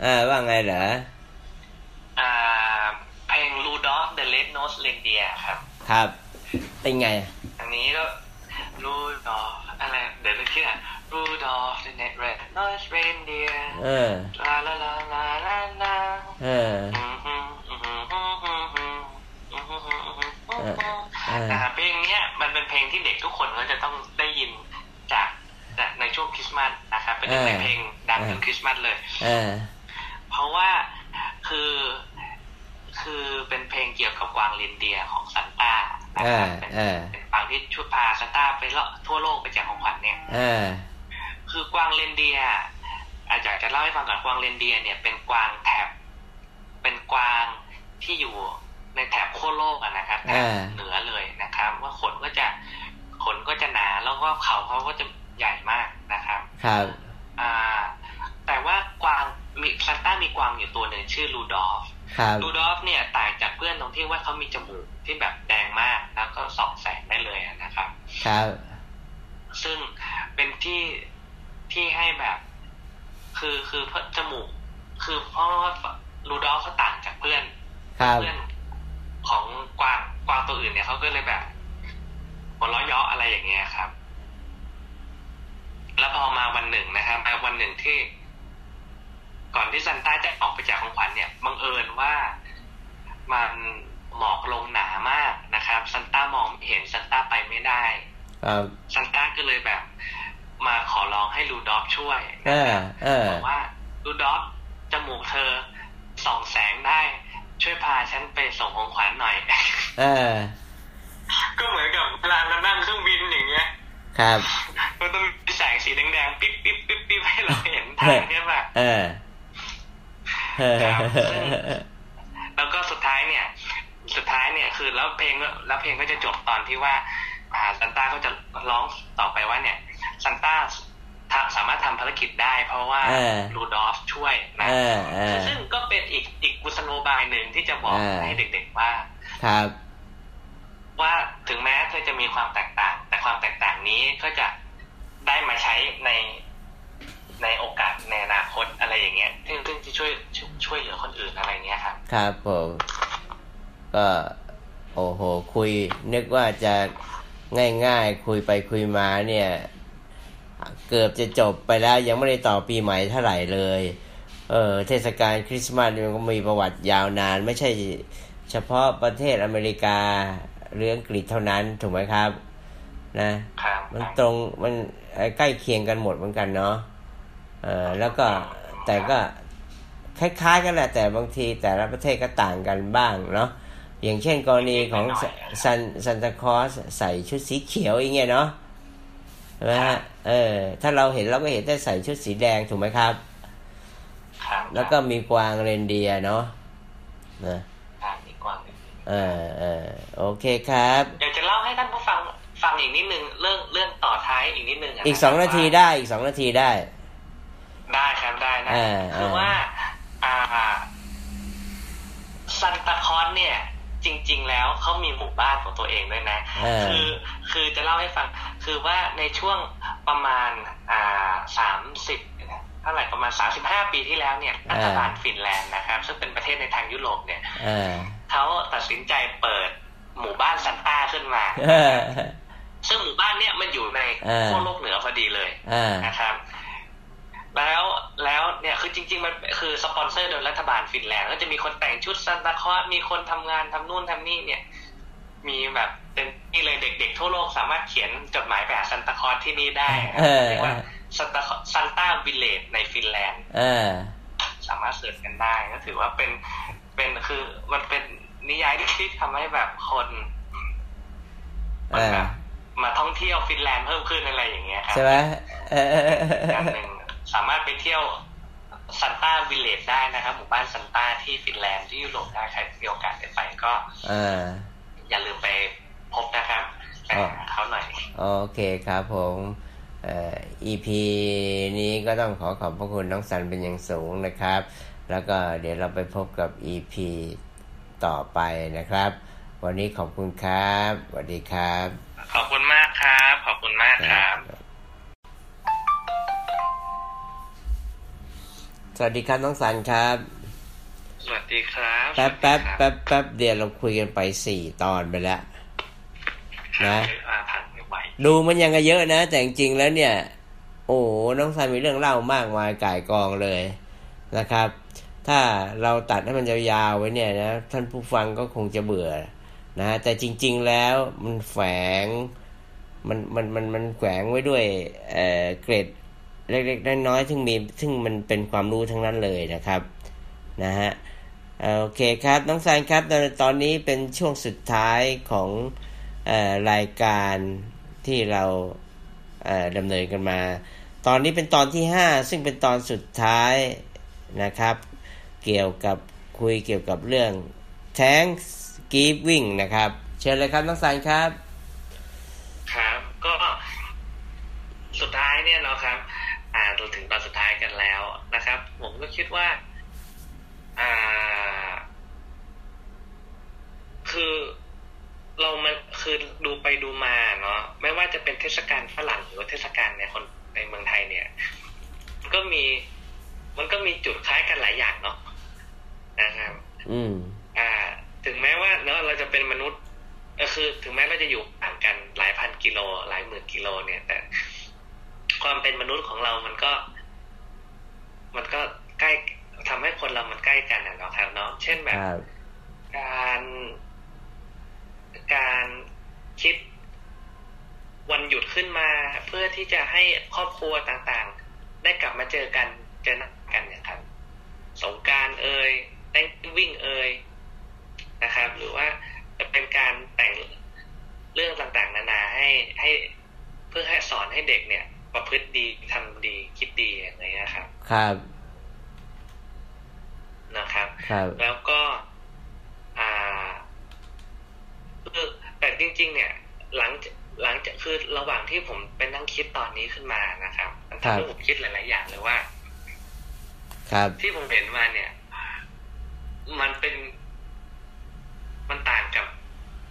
[SPEAKER 1] เออ ว่าไงเหรอ
[SPEAKER 2] อ่า เพลง Rudolph the Red Nose Reindeer ครับ
[SPEAKER 1] ครับ เป็นไง
[SPEAKER 2] อันนี้ก็ Rudolph อะไร เดี๋ยวนึกชื่ออ่ะ Rudolph the Red Nose Reindeer
[SPEAKER 1] เออ
[SPEAKER 2] ลาลาลาลาลาลา
[SPEAKER 1] เออ
[SPEAKER 2] นะครับเพลงเนี้ยมันเป็นเพลงที่เด็กทุกคนก็จะต้องได้ยินจากจากในช่วงคริสต์มาสนะครับเป็นหนึ่งในเพลงดังของคริสต์มาสเลย
[SPEAKER 1] เออ
[SPEAKER 2] เพราะว่าคือคือเป็นเพลงเกี่ยวกับกวางเรนเดียร์ของซันต้านะ
[SPEAKER 1] เอ
[SPEAKER 2] ครั
[SPEAKER 1] อ
[SPEAKER 2] บเป็น
[SPEAKER 1] เออ
[SPEAKER 2] เป็นกวางที่ช่วยพาซันต้าไปเลาะทั่วโลกไปแจกของขวัญเนี่ย
[SPEAKER 1] เออ
[SPEAKER 2] คือกวางเรนเดียร์อาจจะจะเล่าให้ฟังก่อนกวางเรนเดียร์เนี่ยเป็นกวางแถบ เป็นกวางที่อยู่ในแถบขั้วโลกอะนะครับแถบ
[SPEAKER 1] อ่า
[SPEAKER 2] เหนือเลยนะครับ ว่าขนก็จะขนก็จะหนาแล้วก็เขาเขาก็จะใหญ่มากนะครับ
[SPEAKER 1] ครับ
[SPEAKER 2] อ่า แต่ว่ากวางมีซันต้ามีกวางอยู่ตัวหนึ่งชื่อลูดอฟ
[SPEAKER 1] ครับ
[SPEAKER 2] ลูดอฟเนี่ยต่างจากเพื่อนตรงที่ว่าเขามีจมูกที่แบบแดงมากแล้วก็ส่องแสงได้เลยอะนะครับ
[SPEAKER 1] ครับ
[SPEAKER 2] ซึ่งเป็นที่ที่ให้แบบ คือคือเพราะจมูก คือเพราะว่าลูดอลเขาต่างจากเพื่อน
[SPEAKER 1] ครับ
[SPEAKER 2] เพื่อนของกวางกวางตัวอื่นเนี่ยเขาก็เลยแบบหัวเราะเยาะอะไรอย่างเงี้ยครับ แล้วพอมาวันหนึ่งนะครับมาวันหนึ่งที่ ก่อนที่ซันต้าจะออกไปจากของขวัญเนี่ยบังเอิญว่ามันหมอกลงหนามากนะครับซันต้ามองไม่เห็นซันต้าไปไม่ ได้
[SPEAKER 1] ครับ
[SPEAKER 2] ซันต้าก็เลยแบบ มาขอร้องให้ลูดอฟช่วย
[SPEAKER 1] เออเออ
[SPEAKER 2] บอกว่าลูดอฟจมูกเธอส่องแสงได้ ช่วยพาฉันไปส่งของขวัญหน่อย
[SPEAKER 1] เออ
[SPEAKER 2] ก็เหมือนกับเวลาเรานั่งเครื่องบินอย่างเงี้ย
[SPEAKER 1] ครับ
[SPEAKER 2] มันต้องมีแสงสีแดงๆ ปิ๊บปิ๊บปิ๊บปิ๊บให้เราเห็นทางใช่ปะ
[SPEAKER 1] เออเออ
[SPEAKER 2] แล้วก็สุดท้ายเนี่ย สุดท้ายเนี่ยคือแล้วเพลงก็แล้วเพลงก็จะจบตอนที่ว่าอ่าซันต้าก็จะร้องต่อไปว่าเนี่ยซันต้าทำสามารถทำภารกิจได้ เพราะว่ารูดอฟช่วยนะ
[SPEAKER 1] เออเออ
[SPEAKER 2] ซึ่งก็เป็นอีกอีกกุศโลบายหนึ่งที่จะบอก
[SPEAKER 1] เออ
[SPEAKER 2] ให้เด็ก ๆว่า
[SPEAKER 1] ครับ
[SPEAKER 2] ว่าถึงแม้เธอจะมีความแตกต่าง แต่ความแตกต่างนี้ก็จะได้มาใช้ในในโอกาสในอนาคตอะไรอย่างเงี้ยซึ่งซึ่งจะช่วยช่วยช่วยเหลือคนอื่นอะไรเงี้ยครับ
[SPEAKER 1] ครับผมก็โอ้โห คุย นึกว่าจะง่ายๆ คุยไปคุยมาเนี่ย เกือบจะจบไปแล้วยังไม่ได้ต่อปีใหม่เท่าไหร่เลย เออเทศกาลคริสต์มาสมันก็มีประวัติยาวนาน ไม่ใช่เฉพาะประเทศอเมริกาหรืออังกฤษเท่านั้นถูกไหมครับ นะ
[SPEAKER 2] ครับ
[SPEAKER 1] มันตรงมันเอ่อใกล้เคียงกันหมดเหมือนกันเนาะเออแล้วก็แต่ก็คล้ายๆกันแหละ แต่บางทีแต่ละประเทศก็ต่างกันบ้างเนาะอย่างเช่นกรณีของซันซันตาคอสใส่ชุดสีเขียวอย่างเงี้ยเนาะใช่ไหมฮะเออถ้าเราเห็นเราก็เห็นแต่ใส่ชุดสีแดงถูกไหมครับ
[SPEAKER 2] ครับ
[SPEAKER 1] แล้วก็มีกวางเรนเดียร์เนาะนะครับ
[SPEAKER 2] อีกกว้างหนึ่ง
[SPEAKER 1] เออเออโอเคครับ
[SPEAKER 2] อยากจะเล่าให้ท่านผู้ฟังฟังอีกนิดนึงเรื่องเรื่องต่อท้ายอีกนิดนึงะ
[SPEAKER 1] อีกสองนาทีได้อีกสองนาทีได้
[SPEAKER 2] ได้ครับได้นะ
[SPEAKER 1] เออเออ
[SPEAKER 2] คือว่า อ่าซันตาคลอนเนี่ย จริง ๆ แล้วเขามีหมู่บ้านของตัวเองด้วยนะ
[SPEAKER 1] เออ
[SPEAKER 2] คือคือจะเล่าให้ฟัง คือว่าในช่วงประมาณอ่าสามสิบเท่าไหร่ประมาณสามสิบห้าปีที่แล้วเนี่ยรัฐบาลฟินแลนด์นะครับ ซึ่งเป็นประเทศในทางยุโรปเนี่ย
[SPEAKER 1] เออ
[SPEAKER 2] เขาตัดสินใจเปิดหมู่บ้านซันต้าขึ้นมา
[SPEAKER 1] เออ
[SPEAKER 2] ซึ่งหมู่บ้านเนี่ยมันอยู่ใน
[SPEAKER 1] เออ
[SPEAKER 2] ขั้วโลกเหนือพอดีเลย
[SPEAKER 1] อ่า
[SPEAKER 2] นะครับ แล้วแล้วเนี่ยคือจริง ๆ มันคือสปอนเซอร์โดยรัฐบาลฟินแลนด์ก็จะมีคนแต่งชุดซันตาคลอสมีคนทำงานทำนู่นทำนี่เนี่ย มีแบบเต็มที่เลยเด็กๆทั่วโลกสามารถเขียนจดหมายไปหาซันตาคลอสที่นี่ได้
[SPEAKER 1] เออ
[SPEAKER 2] เรียกว่าซันตาซันตาวิลเลจในฟินแลนด์
[SPEAKER 1] เออ
[SPEAKER 2] สามารถเสิร์ชกันได้ก็ถือว่าเป็นเป็นคือมันเป็นนิยายที่ทำให้แบบคนมัน
[SPEAKER 1] อ่า
[SPEAKER 2] แบบมาท่องเที่ยวฟินแลนด์เพิ่มขึ้นอะไรอย่างเงี้ยครั
[SPEAKER 1] ใช่ไหม เออเออ
[SPEAKER 2] อีกอย่างหนึ่งสามารถไปเที่ยวซันต้าวิลเลจได้นะครับ หมู่บ้านซันต้าที่ฟินแลนด์ที่ยุโรปได้ใครมีโอกาสได้ไปก็
[SPEAKER 1] เออ
[SPEAKER 2] อย่าลืมไปพบนะครับไปหาเขาหน่อย
[SPEAKER 1] โอเคครับผมเอ่อ EP นี้ก็ต้องขอขอบพระคุณน้องสันเป็นอย่างสูงนะครับ แล้วก็เดี๋ยวเราไปพบกับ EP ต่อไปนะครับ วันนี้ขอบคุณครับสวัสดีครับ
[SPEAKER 2] ขอบคุณมากครับ ขอบคุณมากครับ
[SPEAKER 1] สวัสดีครับน้องสันครับ
[SPEAKER 2] สวัสดีครับ
[SPEAKER 1] แป๊บแป๊บแป๊บแป๊บเดี๋ยวเราคุยกันไปสี่ตอนไปแล้ว นะ
[SPEAKER 2] อ่าผ่านไม่ไหว
[SPEAKER 1] ดูมันยังก็เยอะนะ แต่จริงๆแล้วเนี่ย โอ้โหน้องสายมีเรื่องเล่ามากมายก่ายกองเลยนะครับ ถ้าเราตัดให้มันยาวๆไว้เนี่ยนะท่านผู้ฟังก็คงจะเบื่อนะแต่จริง ๆแล้วมันแฝงมันมันมันมันแฝงไว้ด้วยเอ่อเกร็ดเล็กๆน้อยๆซึ่งมีซึ่งมันเป็นความรู้ทั้งนั้นเลยนะครับนะฮะเอ่อโอเคครับน้องสายครับตอนตอนนี้เป็นช่วงสุดท้ายของ เอ่อรายการที่เราเอ่อดำเนินกันมา ตอนนี้เป็นตอนที่ 5 ซึ่งเป็นตอนสุดท้ายนะครับ เกี่ยวกับคุยเกี่ยวกับเรื่อง Thanksgiving นะครับ เชิญเลยครับน้องสันครับ
[SPEAKER 2] ครับก็สุดท้ายเนี่ยเนาะครับ อ่าเราถึงตอนสุดท้ายกันแล้วนะครับ ผมก็คิดว่า อ่า คือเรามันคือดูไปดูมาเนาะไม่ว่าจะเป็นเทศกาลฝรั่งหรือว่าเทศกาลในคนในเมืองไทยเนี่ย มันก็มี มันก็มีจุดคล้ายกันหลายอย่างเนาะนะครับ
[SPEAKER 1] อืม
[SPEAKER 2] อ่า ถึงแม้ว่าเนอะเราจะเป็นมนุษย์ก็คือ ถึงแม้เราจะอยู่ห่างกันหลายพันกิโลหลายหมื่นกิโลเนี่ย แต่ ความเป็นมนุษย์ของเรามันก็ มันก็ใกล้ทำให้คนเรามันใกล้กันนะเนาะครับเนาะเช่นแบ
[SPEAKER 1] ค
[SPEAKER 2] บ
[SPEAKER 1] รับ
[SPEAKER 2] การการคิด วันหยุดขึ้นมาเพื่อที่จะให้ครอบครัวต่างๆ ได้กลับมาเจอกันเจอหน้ากันเนะครับ สงกรารเอ่ยแตงวิ่งเอ่ยนะครับ หรือว่าจะเป็นการแต่งเรื่องต่างๆ นานาให้ให้เพื่อให้สอนให้เด็กเนี่ย ประพฤติดีทำดีคิดดีอะไรเงี้ยครับ
[SPEAKER 1] ครับ
[SPEAKER 2] นะครับ
[SPEAKER 1] ครับ
[SPEAKER 2] แล้วก็ อ่าคือแต่จริง ๆ เนี่ย หลังหลังจากคือระหว่างที่ผมเป็นนั่งคิดตอนนี้ขึ้นมานะครับมันทำให้ผมคิดหลาย ๆ อย่างเลยว่า
[SPEAKER 1] ครับ
[SPEAKER 2] ที่ผมเห็นมาเนี่ย มันเป็น มันต่างกับ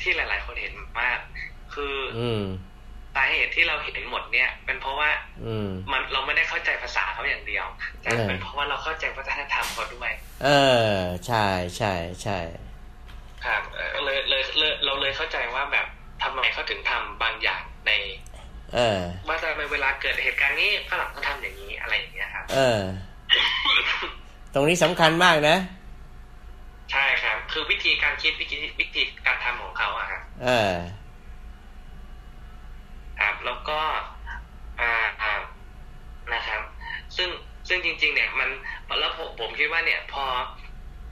[SPEAKER 2] ที่หลาย ๆ คนเห็นมาก คือ
[SPEAKER 1] อืม
[SPEAKER 2] สาเหตุที่เราเห็นหมดเนี่ย เป็นเพราะว่า
[SPEAKER 1] อืม
[SPEAKER 2] มันเราไม่ได้เข้าใจภาษาเขาอย่างเดียวแต่
[SPEAKER 1] เออ
[SPEAKER 2] เป็นเพราะว่าเราเข้าใจวัฒนธรรมเขาด้วย
[SPEAKER 1] เออ ใช่ใช่ใช่
[SPEAKER 2] ครับเอ่อเลยเลยเลยเราเลยเข้าใจว่าแบบทำไมเขาถึงทำบางอย่างใน
[SPEAKER 1] เออ
[SPEAKER 2] ว่าทำไมเวลาเกิดเหตุการณ์นี้ฝรั่งเขาทำอย่างนี้อะไรอย่างเงี้ยครับ
[SPEAKER 1] เออ ตรงนี้สำคัญมากนะ
[SPEAKER 2] ใช่ครับ คือวิธีการคิดวิธีวิธีการทำของเขาอะครับ
[SPEAKER 1] เออ
[SPEAKER 2] ครับแล้วก็อ่าอ่านะครับ ซึ่งซึ่งจริง ๆ เนี่ย มันแล้วผมผมคิดว่าเนี่ย พอ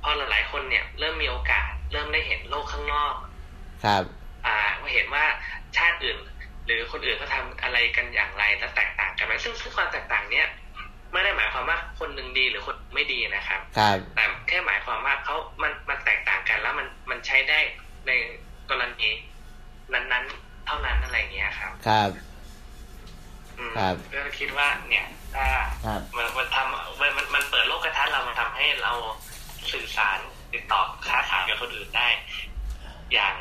[SPEAKER 2] พอหลายๆคนเนี่ย เริ่มมีโอกาส เริ่มได้เห็นโลกข้างนอก
[SPEAKER 1] ครับ
[SPEAKER 2] อ่าเห็นว่าชาติอื่น หรือคนอื่นเขาทำอะไรกันอย่างไรและแตกต่างกันไหมซึ่งซึ่งความแตกต่างเนี้ยไม่ได้หมายความว่าคนหนึ่งดีหรือคนไม่ดีนะครับ
[SPEAKER 1] ครับ
[SPEAKER 2] แต่แค่หมายความว่าเขามันมันแตกต่างกันแล้วมันมันใช้ได้ในกรณีนั้นๆ เท่านั้นอะไรอย่างเงี้ยครับ
[SPEAKER 1] ครับ
[SPEAKER 2] อืม
[SPEAKER 1] ครับ
[SPEAKER 2] ก็คิดว่าเนี่ยถ้า
[SPEAKER 1] ครับ
[SPEAKER 2] มันมันทำมันมันมันเปิดโลกกระทัดเรามันทำให้เราสื่อสารติดต่อค้าขายกับคนอื่นได้ อย่าง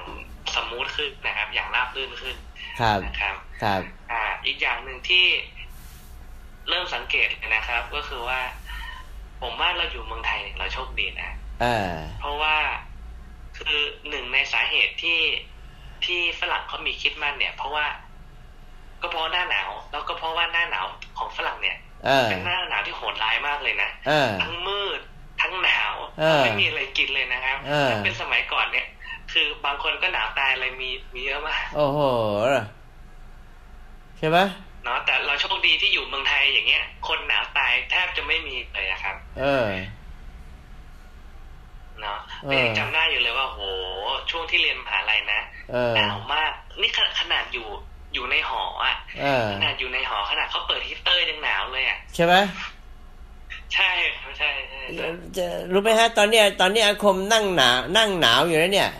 [SPEAKER 2] สมูทขึ้นนะครับ อย่างราบรื่นขึ้น
[SPEAKER 1] ครับ
[SPEAKER 2] นะครับ
[SPEAKER 1] ครับ
[SPEAKER 2] อ่า อีกอย่างหนึ่งที่เริ่มสังเกตเลยนะครับ ก็คือว่า ผมว่าเราอยู่เมืองไทยเนี่ยเราโชคดีนะ
[SPEAKER 1] เออ
[SPEAKER 2] เพราะว่าคือหนึ่งในสาเหตุที่ที่ฝรั่งเขามีคริดมันเนี่ย เพราะว่าก็เพราะหน้าหนาว แล้วก็เพราะว่าหน้าหนาวของฝรั่งเนี่ย
[SPEAKER 1] เออ
[SPEAKER 2] เป็นหน้าหนาวที่โหดร้ายมากเลยนะ
[SPEAKER 1] เออ
[SPEAKER 2] ทั้งมืดทั้งหนาว
[SPEAKER 1] เออ
[SPEAKER 2] ไม่มีอะไรกินเลยนะครับ
[SPEAKER 1] เออ
[SPEAKER 2] ถ้าเป็นสมัยก่อนเนี่ย คือบางคนก็หนาวตายอะไรมีมีเยอะมาก
[SPEAKER 1] โอ้โห ใช่ไหม
[SPEAKER 2] เนาะแต่เราโชคดีที่อยู่เมืองไทยอย่างเงี้ย คนหนาวตายแทบจะไม่มีเลยอะครับ
[SPEAKER 1] เออ
[SPEAKER 2] เนาะ
[SPEAKER 1] เออ
[SPEAKER 2] แต่ยังจำได้อยู่เลยว่าโหช่วงที่เรียนมหาลัยนะ
[SPEAKER 1] เออ
[SPEAKER 2] หนาวมาก นี่ขนาดขนาดอยู่อยู่ในหออ่ะ
[SPEAKER 1] เออ
[SPEAKER 2] ขนาดอยู่ในหอขนาดเขาเปิดฮีตเตอร์ยังหนาวเลยอ่ะ
[SPEAKER 1] ใช่ไหม
[SPEAKER 2] ใช่ใช่ใช่ใช่
[SPEAKER 1] จะรู้ไหมฮะ ตอนเนี้ย ตอนเนี้ยอาคมนั่งหนาว นั่งหนาวอยู่แล้วเนี่ย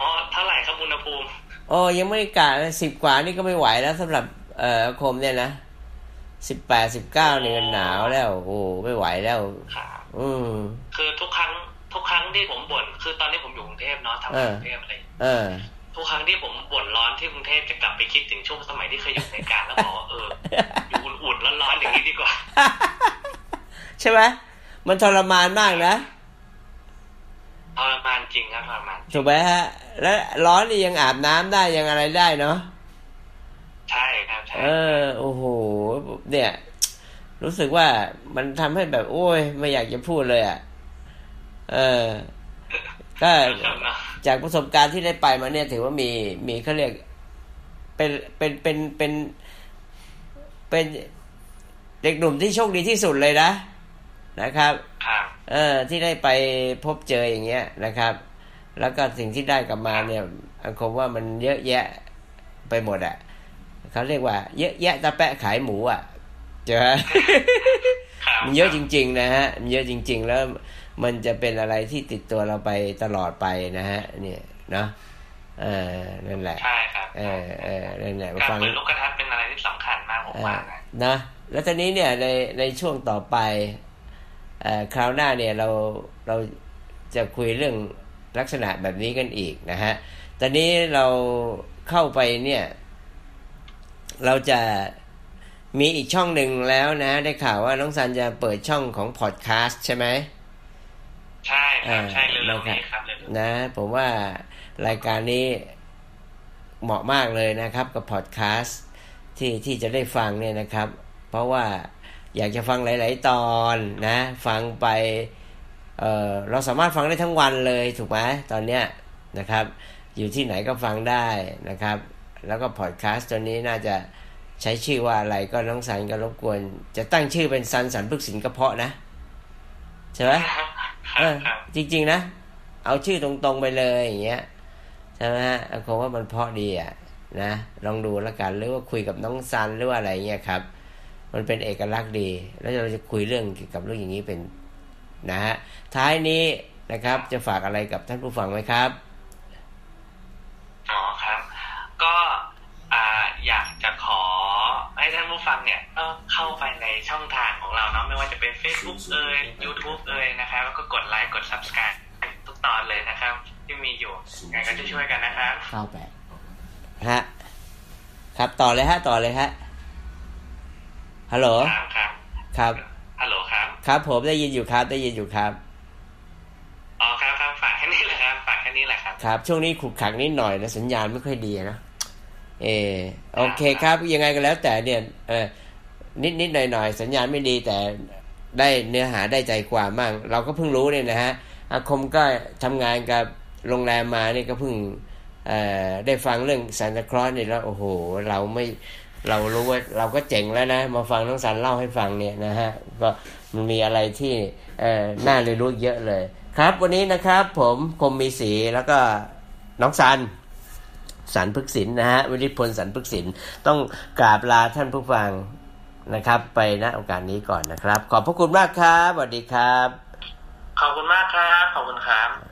[SPEAKER 2] อ๋อเท่าไหร่ครับอุณหภูมิ
[SPEAKER 1] โอ้ยังไม่กะสิบกว่านี่ก็ไม่ไหวแล้วสำหรับเอ่ออาคมเนี่ยนะสิบแปดสิบเก้าเนี่ยมันหนาวแล้ว โอ้ไม่ไหวแล้ว
[SPEAKER 2] ครับ
[SPEAKER 1] อืม
[SPEAKER 2] คือทุกครั้งทุกครั้งที่ผมบ่นคือตอนนี้ผมอยู่กรุงเทพเนาะทำงานกรุงเทพอะไร
[SPEAKER 1] เออ
[SPEAKER 2] ทุกครั้งที่ผมบ่นร้อนที่กรุงเทพจะกลับไปคิดถึงช่วงสมัยที่เคยอยู่ในการแล้วบอกว่าเอออยู่อุ่นๆร้อนๆอย่างนี้ดีกว่า
[SPEAKER 1] ใช่ไหมมันทรมานมากนะ
[SPEAKER 2] ทรมานจริงครับทรมาน
[SPEAKER 1] ถูกไหมฮะ และร้อนนี่ยังอาบน้ำได้ยังอะไรได้เนาะ
[SPEAKER 2] ใช่ครับใช่
[SPEAKER 1] เออ โอ้โห เนี่ย รู้สึกว่ามันทำให้แบบ โอ้ย ไม่อยากจะพูดเลยอะ่ะ เออ ก็
[SPEAKER 2] ครับเนาะ
[SPEAKER 1] จากประสบการณ์ที่ได้ไปมาเนี่ยถือว่ามีมีเขาเรียกเป็นเป็นเป็นเป็นเป็นเด็กหนุ่มที่โชคดีที่สุดเลยนะนะครับ
[SPEAKER 2] ครับ
[SPEAKER 1] เออที่ได้ไปพบเจออย่างเงี้ยนะครับ แล้วก็สิ่งที่ได้กลับมาเนี่ยอังคมว่ามันเยอะแยะไปหมดอะ่ะเขาเรียกว่า เยอะแยะตะแปะขายหมูอะ่ะเจอ
[SPEAKER 2] ครับ
[SPEAKER 1] มันเยอะจริง ๆ นะฮะ มันเยอะจริง ๆ แล้วมันจะเป็นอะไรที่ติดตัวเราไปตลอดไปนะฮะ เนี่ยเนาะเออนั่นแหละ
[SPEAKER 2] ใช่ครับ
[SPEAKER 1] เออเออนั่นแหละ
[SPEAKER 2] การ
[SPEAKER 1] ฟัง
[SPEAKER 2] เปิดลูกกระทัดเป็นอะไรที่สำคัญมากผม
[SPEAKER 1] เอ
[SPEAKER 2] ว่า
[SPEAKER 1] อ
[SPEAKER 2] นะ
[SPEAKER 1] นะ แล้วตอนนี้เนี่ยในในช่วงต่อไปเอ่อคราวหน้าเนี่ยเราเราจะคุยเรื่องลักษณะแบบนี้กันอีกนะฮะ ตอนนี้เราเข้าไปเนี่ย เราจะมีอีกช่องหนึ่งแล้วนะ ได้ข่าวว่าน้องซันจะเปิดช่องของพอดแคสต์ใช่ไหม
[SPEAKER 2] ใช่ครับ ใช่
[SPEAKER 1] เออ
[SPEAKER 2] เร็วๆนี้
[SPEAKER 1] นะค
[SPEAKER 2] ค
[SPEAKER 1] รั
[SPEAKER 2] รับ บเร็วๆนี้
[SPEAKER 1] นะผมว่ารายการนี้เหมาะมากเลยนะครับ กับพอดแคสต์ที่ที่จะได้ฟังเนี่ยนะครับ เพราะว่าอยากจะฟังหลาย ๆ ตอนนะ ฟังไปเออเราสามารถฟังได้ทั้งวันเลยถูกไหมตอนเนี้ยนะครับ อยู่ที่ไหนก็ฟังได้นะครับ แล้วก็พอดแคสต์ตัวนี้น่าจะใช้ชื่อว่าอะไรก็น้องสันก็รบกวน จะตั้งชื่อเป็นสันสันพึกษินกระเพาะนะ ใช่ไหมเออ
[SPEAKER 2] ครับ
[SPEAKER 1] จริง ๆ นะ เอาชื่อตรงๆไปเลยอย่างเงี้ยใช่ไหมฮะเอาคงว่ามันเพราะดีอ่ะนะลองดูแล้วกันหรือว่าคุยกับน้องซันหรือว่าอะไรเงี้ยครับ มันเป็นเอกลักษณ์ดี แล้วเราจะคุยเรื่องเกี่ยวกับเรื่องอย่างนี้เป็นนะฮะท้ายนี้นะครับจะฝากอะไรกับท่านผู้ฟังไหมครับ
[SPEAKER 2] อ๋อครับ ก็อ่าอยากจะขอให้ท่านผู้ฟังเนี่ยก็เข้าไปในช่องทางของเราเนาะไม่ว่าจะเป็น Facebook เอ่ย YouTube เอ่ยนะครับแล้วก็กดไลค์กด Subscribe ทุกตอนเลยนะครับ ที่มีอยู่ยังไงก็จะช่วยๆกันนะครับ
[SPEAKER 1] เก้าแปดฮะครับต่อเลยฮะต่อเลยฮะฮัลโหล
[SPEAKER 2] ครับครับ
[SPEAKER 1] ครับ
[SPEAKER 2] ฮัลโหลครับ
[SPEAKER 1] ครับผมได้ยินอยู่ครับได้ยินอยู่ครับ
[SPEAKER 2] อ๋อครับครับฝากแค่นี้แหละครับฝากแค่นี้แหละครับ
[SPEAKER 1] ครับ ช่วงนี้ขรุกขลักนิดหน่อยนะสัญญาณไม่ค่อยดีนะเออโอเคครับ ยังไงก็แล้วแต่เนี่ยเออนิดนิดหน่อยหน่อยสัญญาณไม่ดีแต่ได้เนื้อหาได้ใจความมาก เราก็เพิ่งรู้เนี่ยนะฮะอาคมก็ทำงานกับโรงแรมมาเนี่ยก็เพิ่งเอ่อได้ฟังเรื่องซานตาคลอสเนี่ยแล้วโอ้โห เราไม่เรารู้ว่าเราก็เจ๋งแล้วนะ มาฟังน้องสันเล่าให้ฟังเนี่ยนะฮะก็มันมีอะไรที่เอ่อน่าเรียนรู้เยอะเลย ครับวันนี้นะครับผมคมมีสีแล้วก็น้องสัน สันพฤกษินนะฮะวิริพลสันพฤกษินต้องกราบลาท่านผู้ฟังนะครับ ไปณโอกาสนี้ก่อนนะครับ ขอบพระคุณมากครับสวัสดีครับ
[SPEAKER 2] ขอบคุณมากครับ ขอบคุณครับ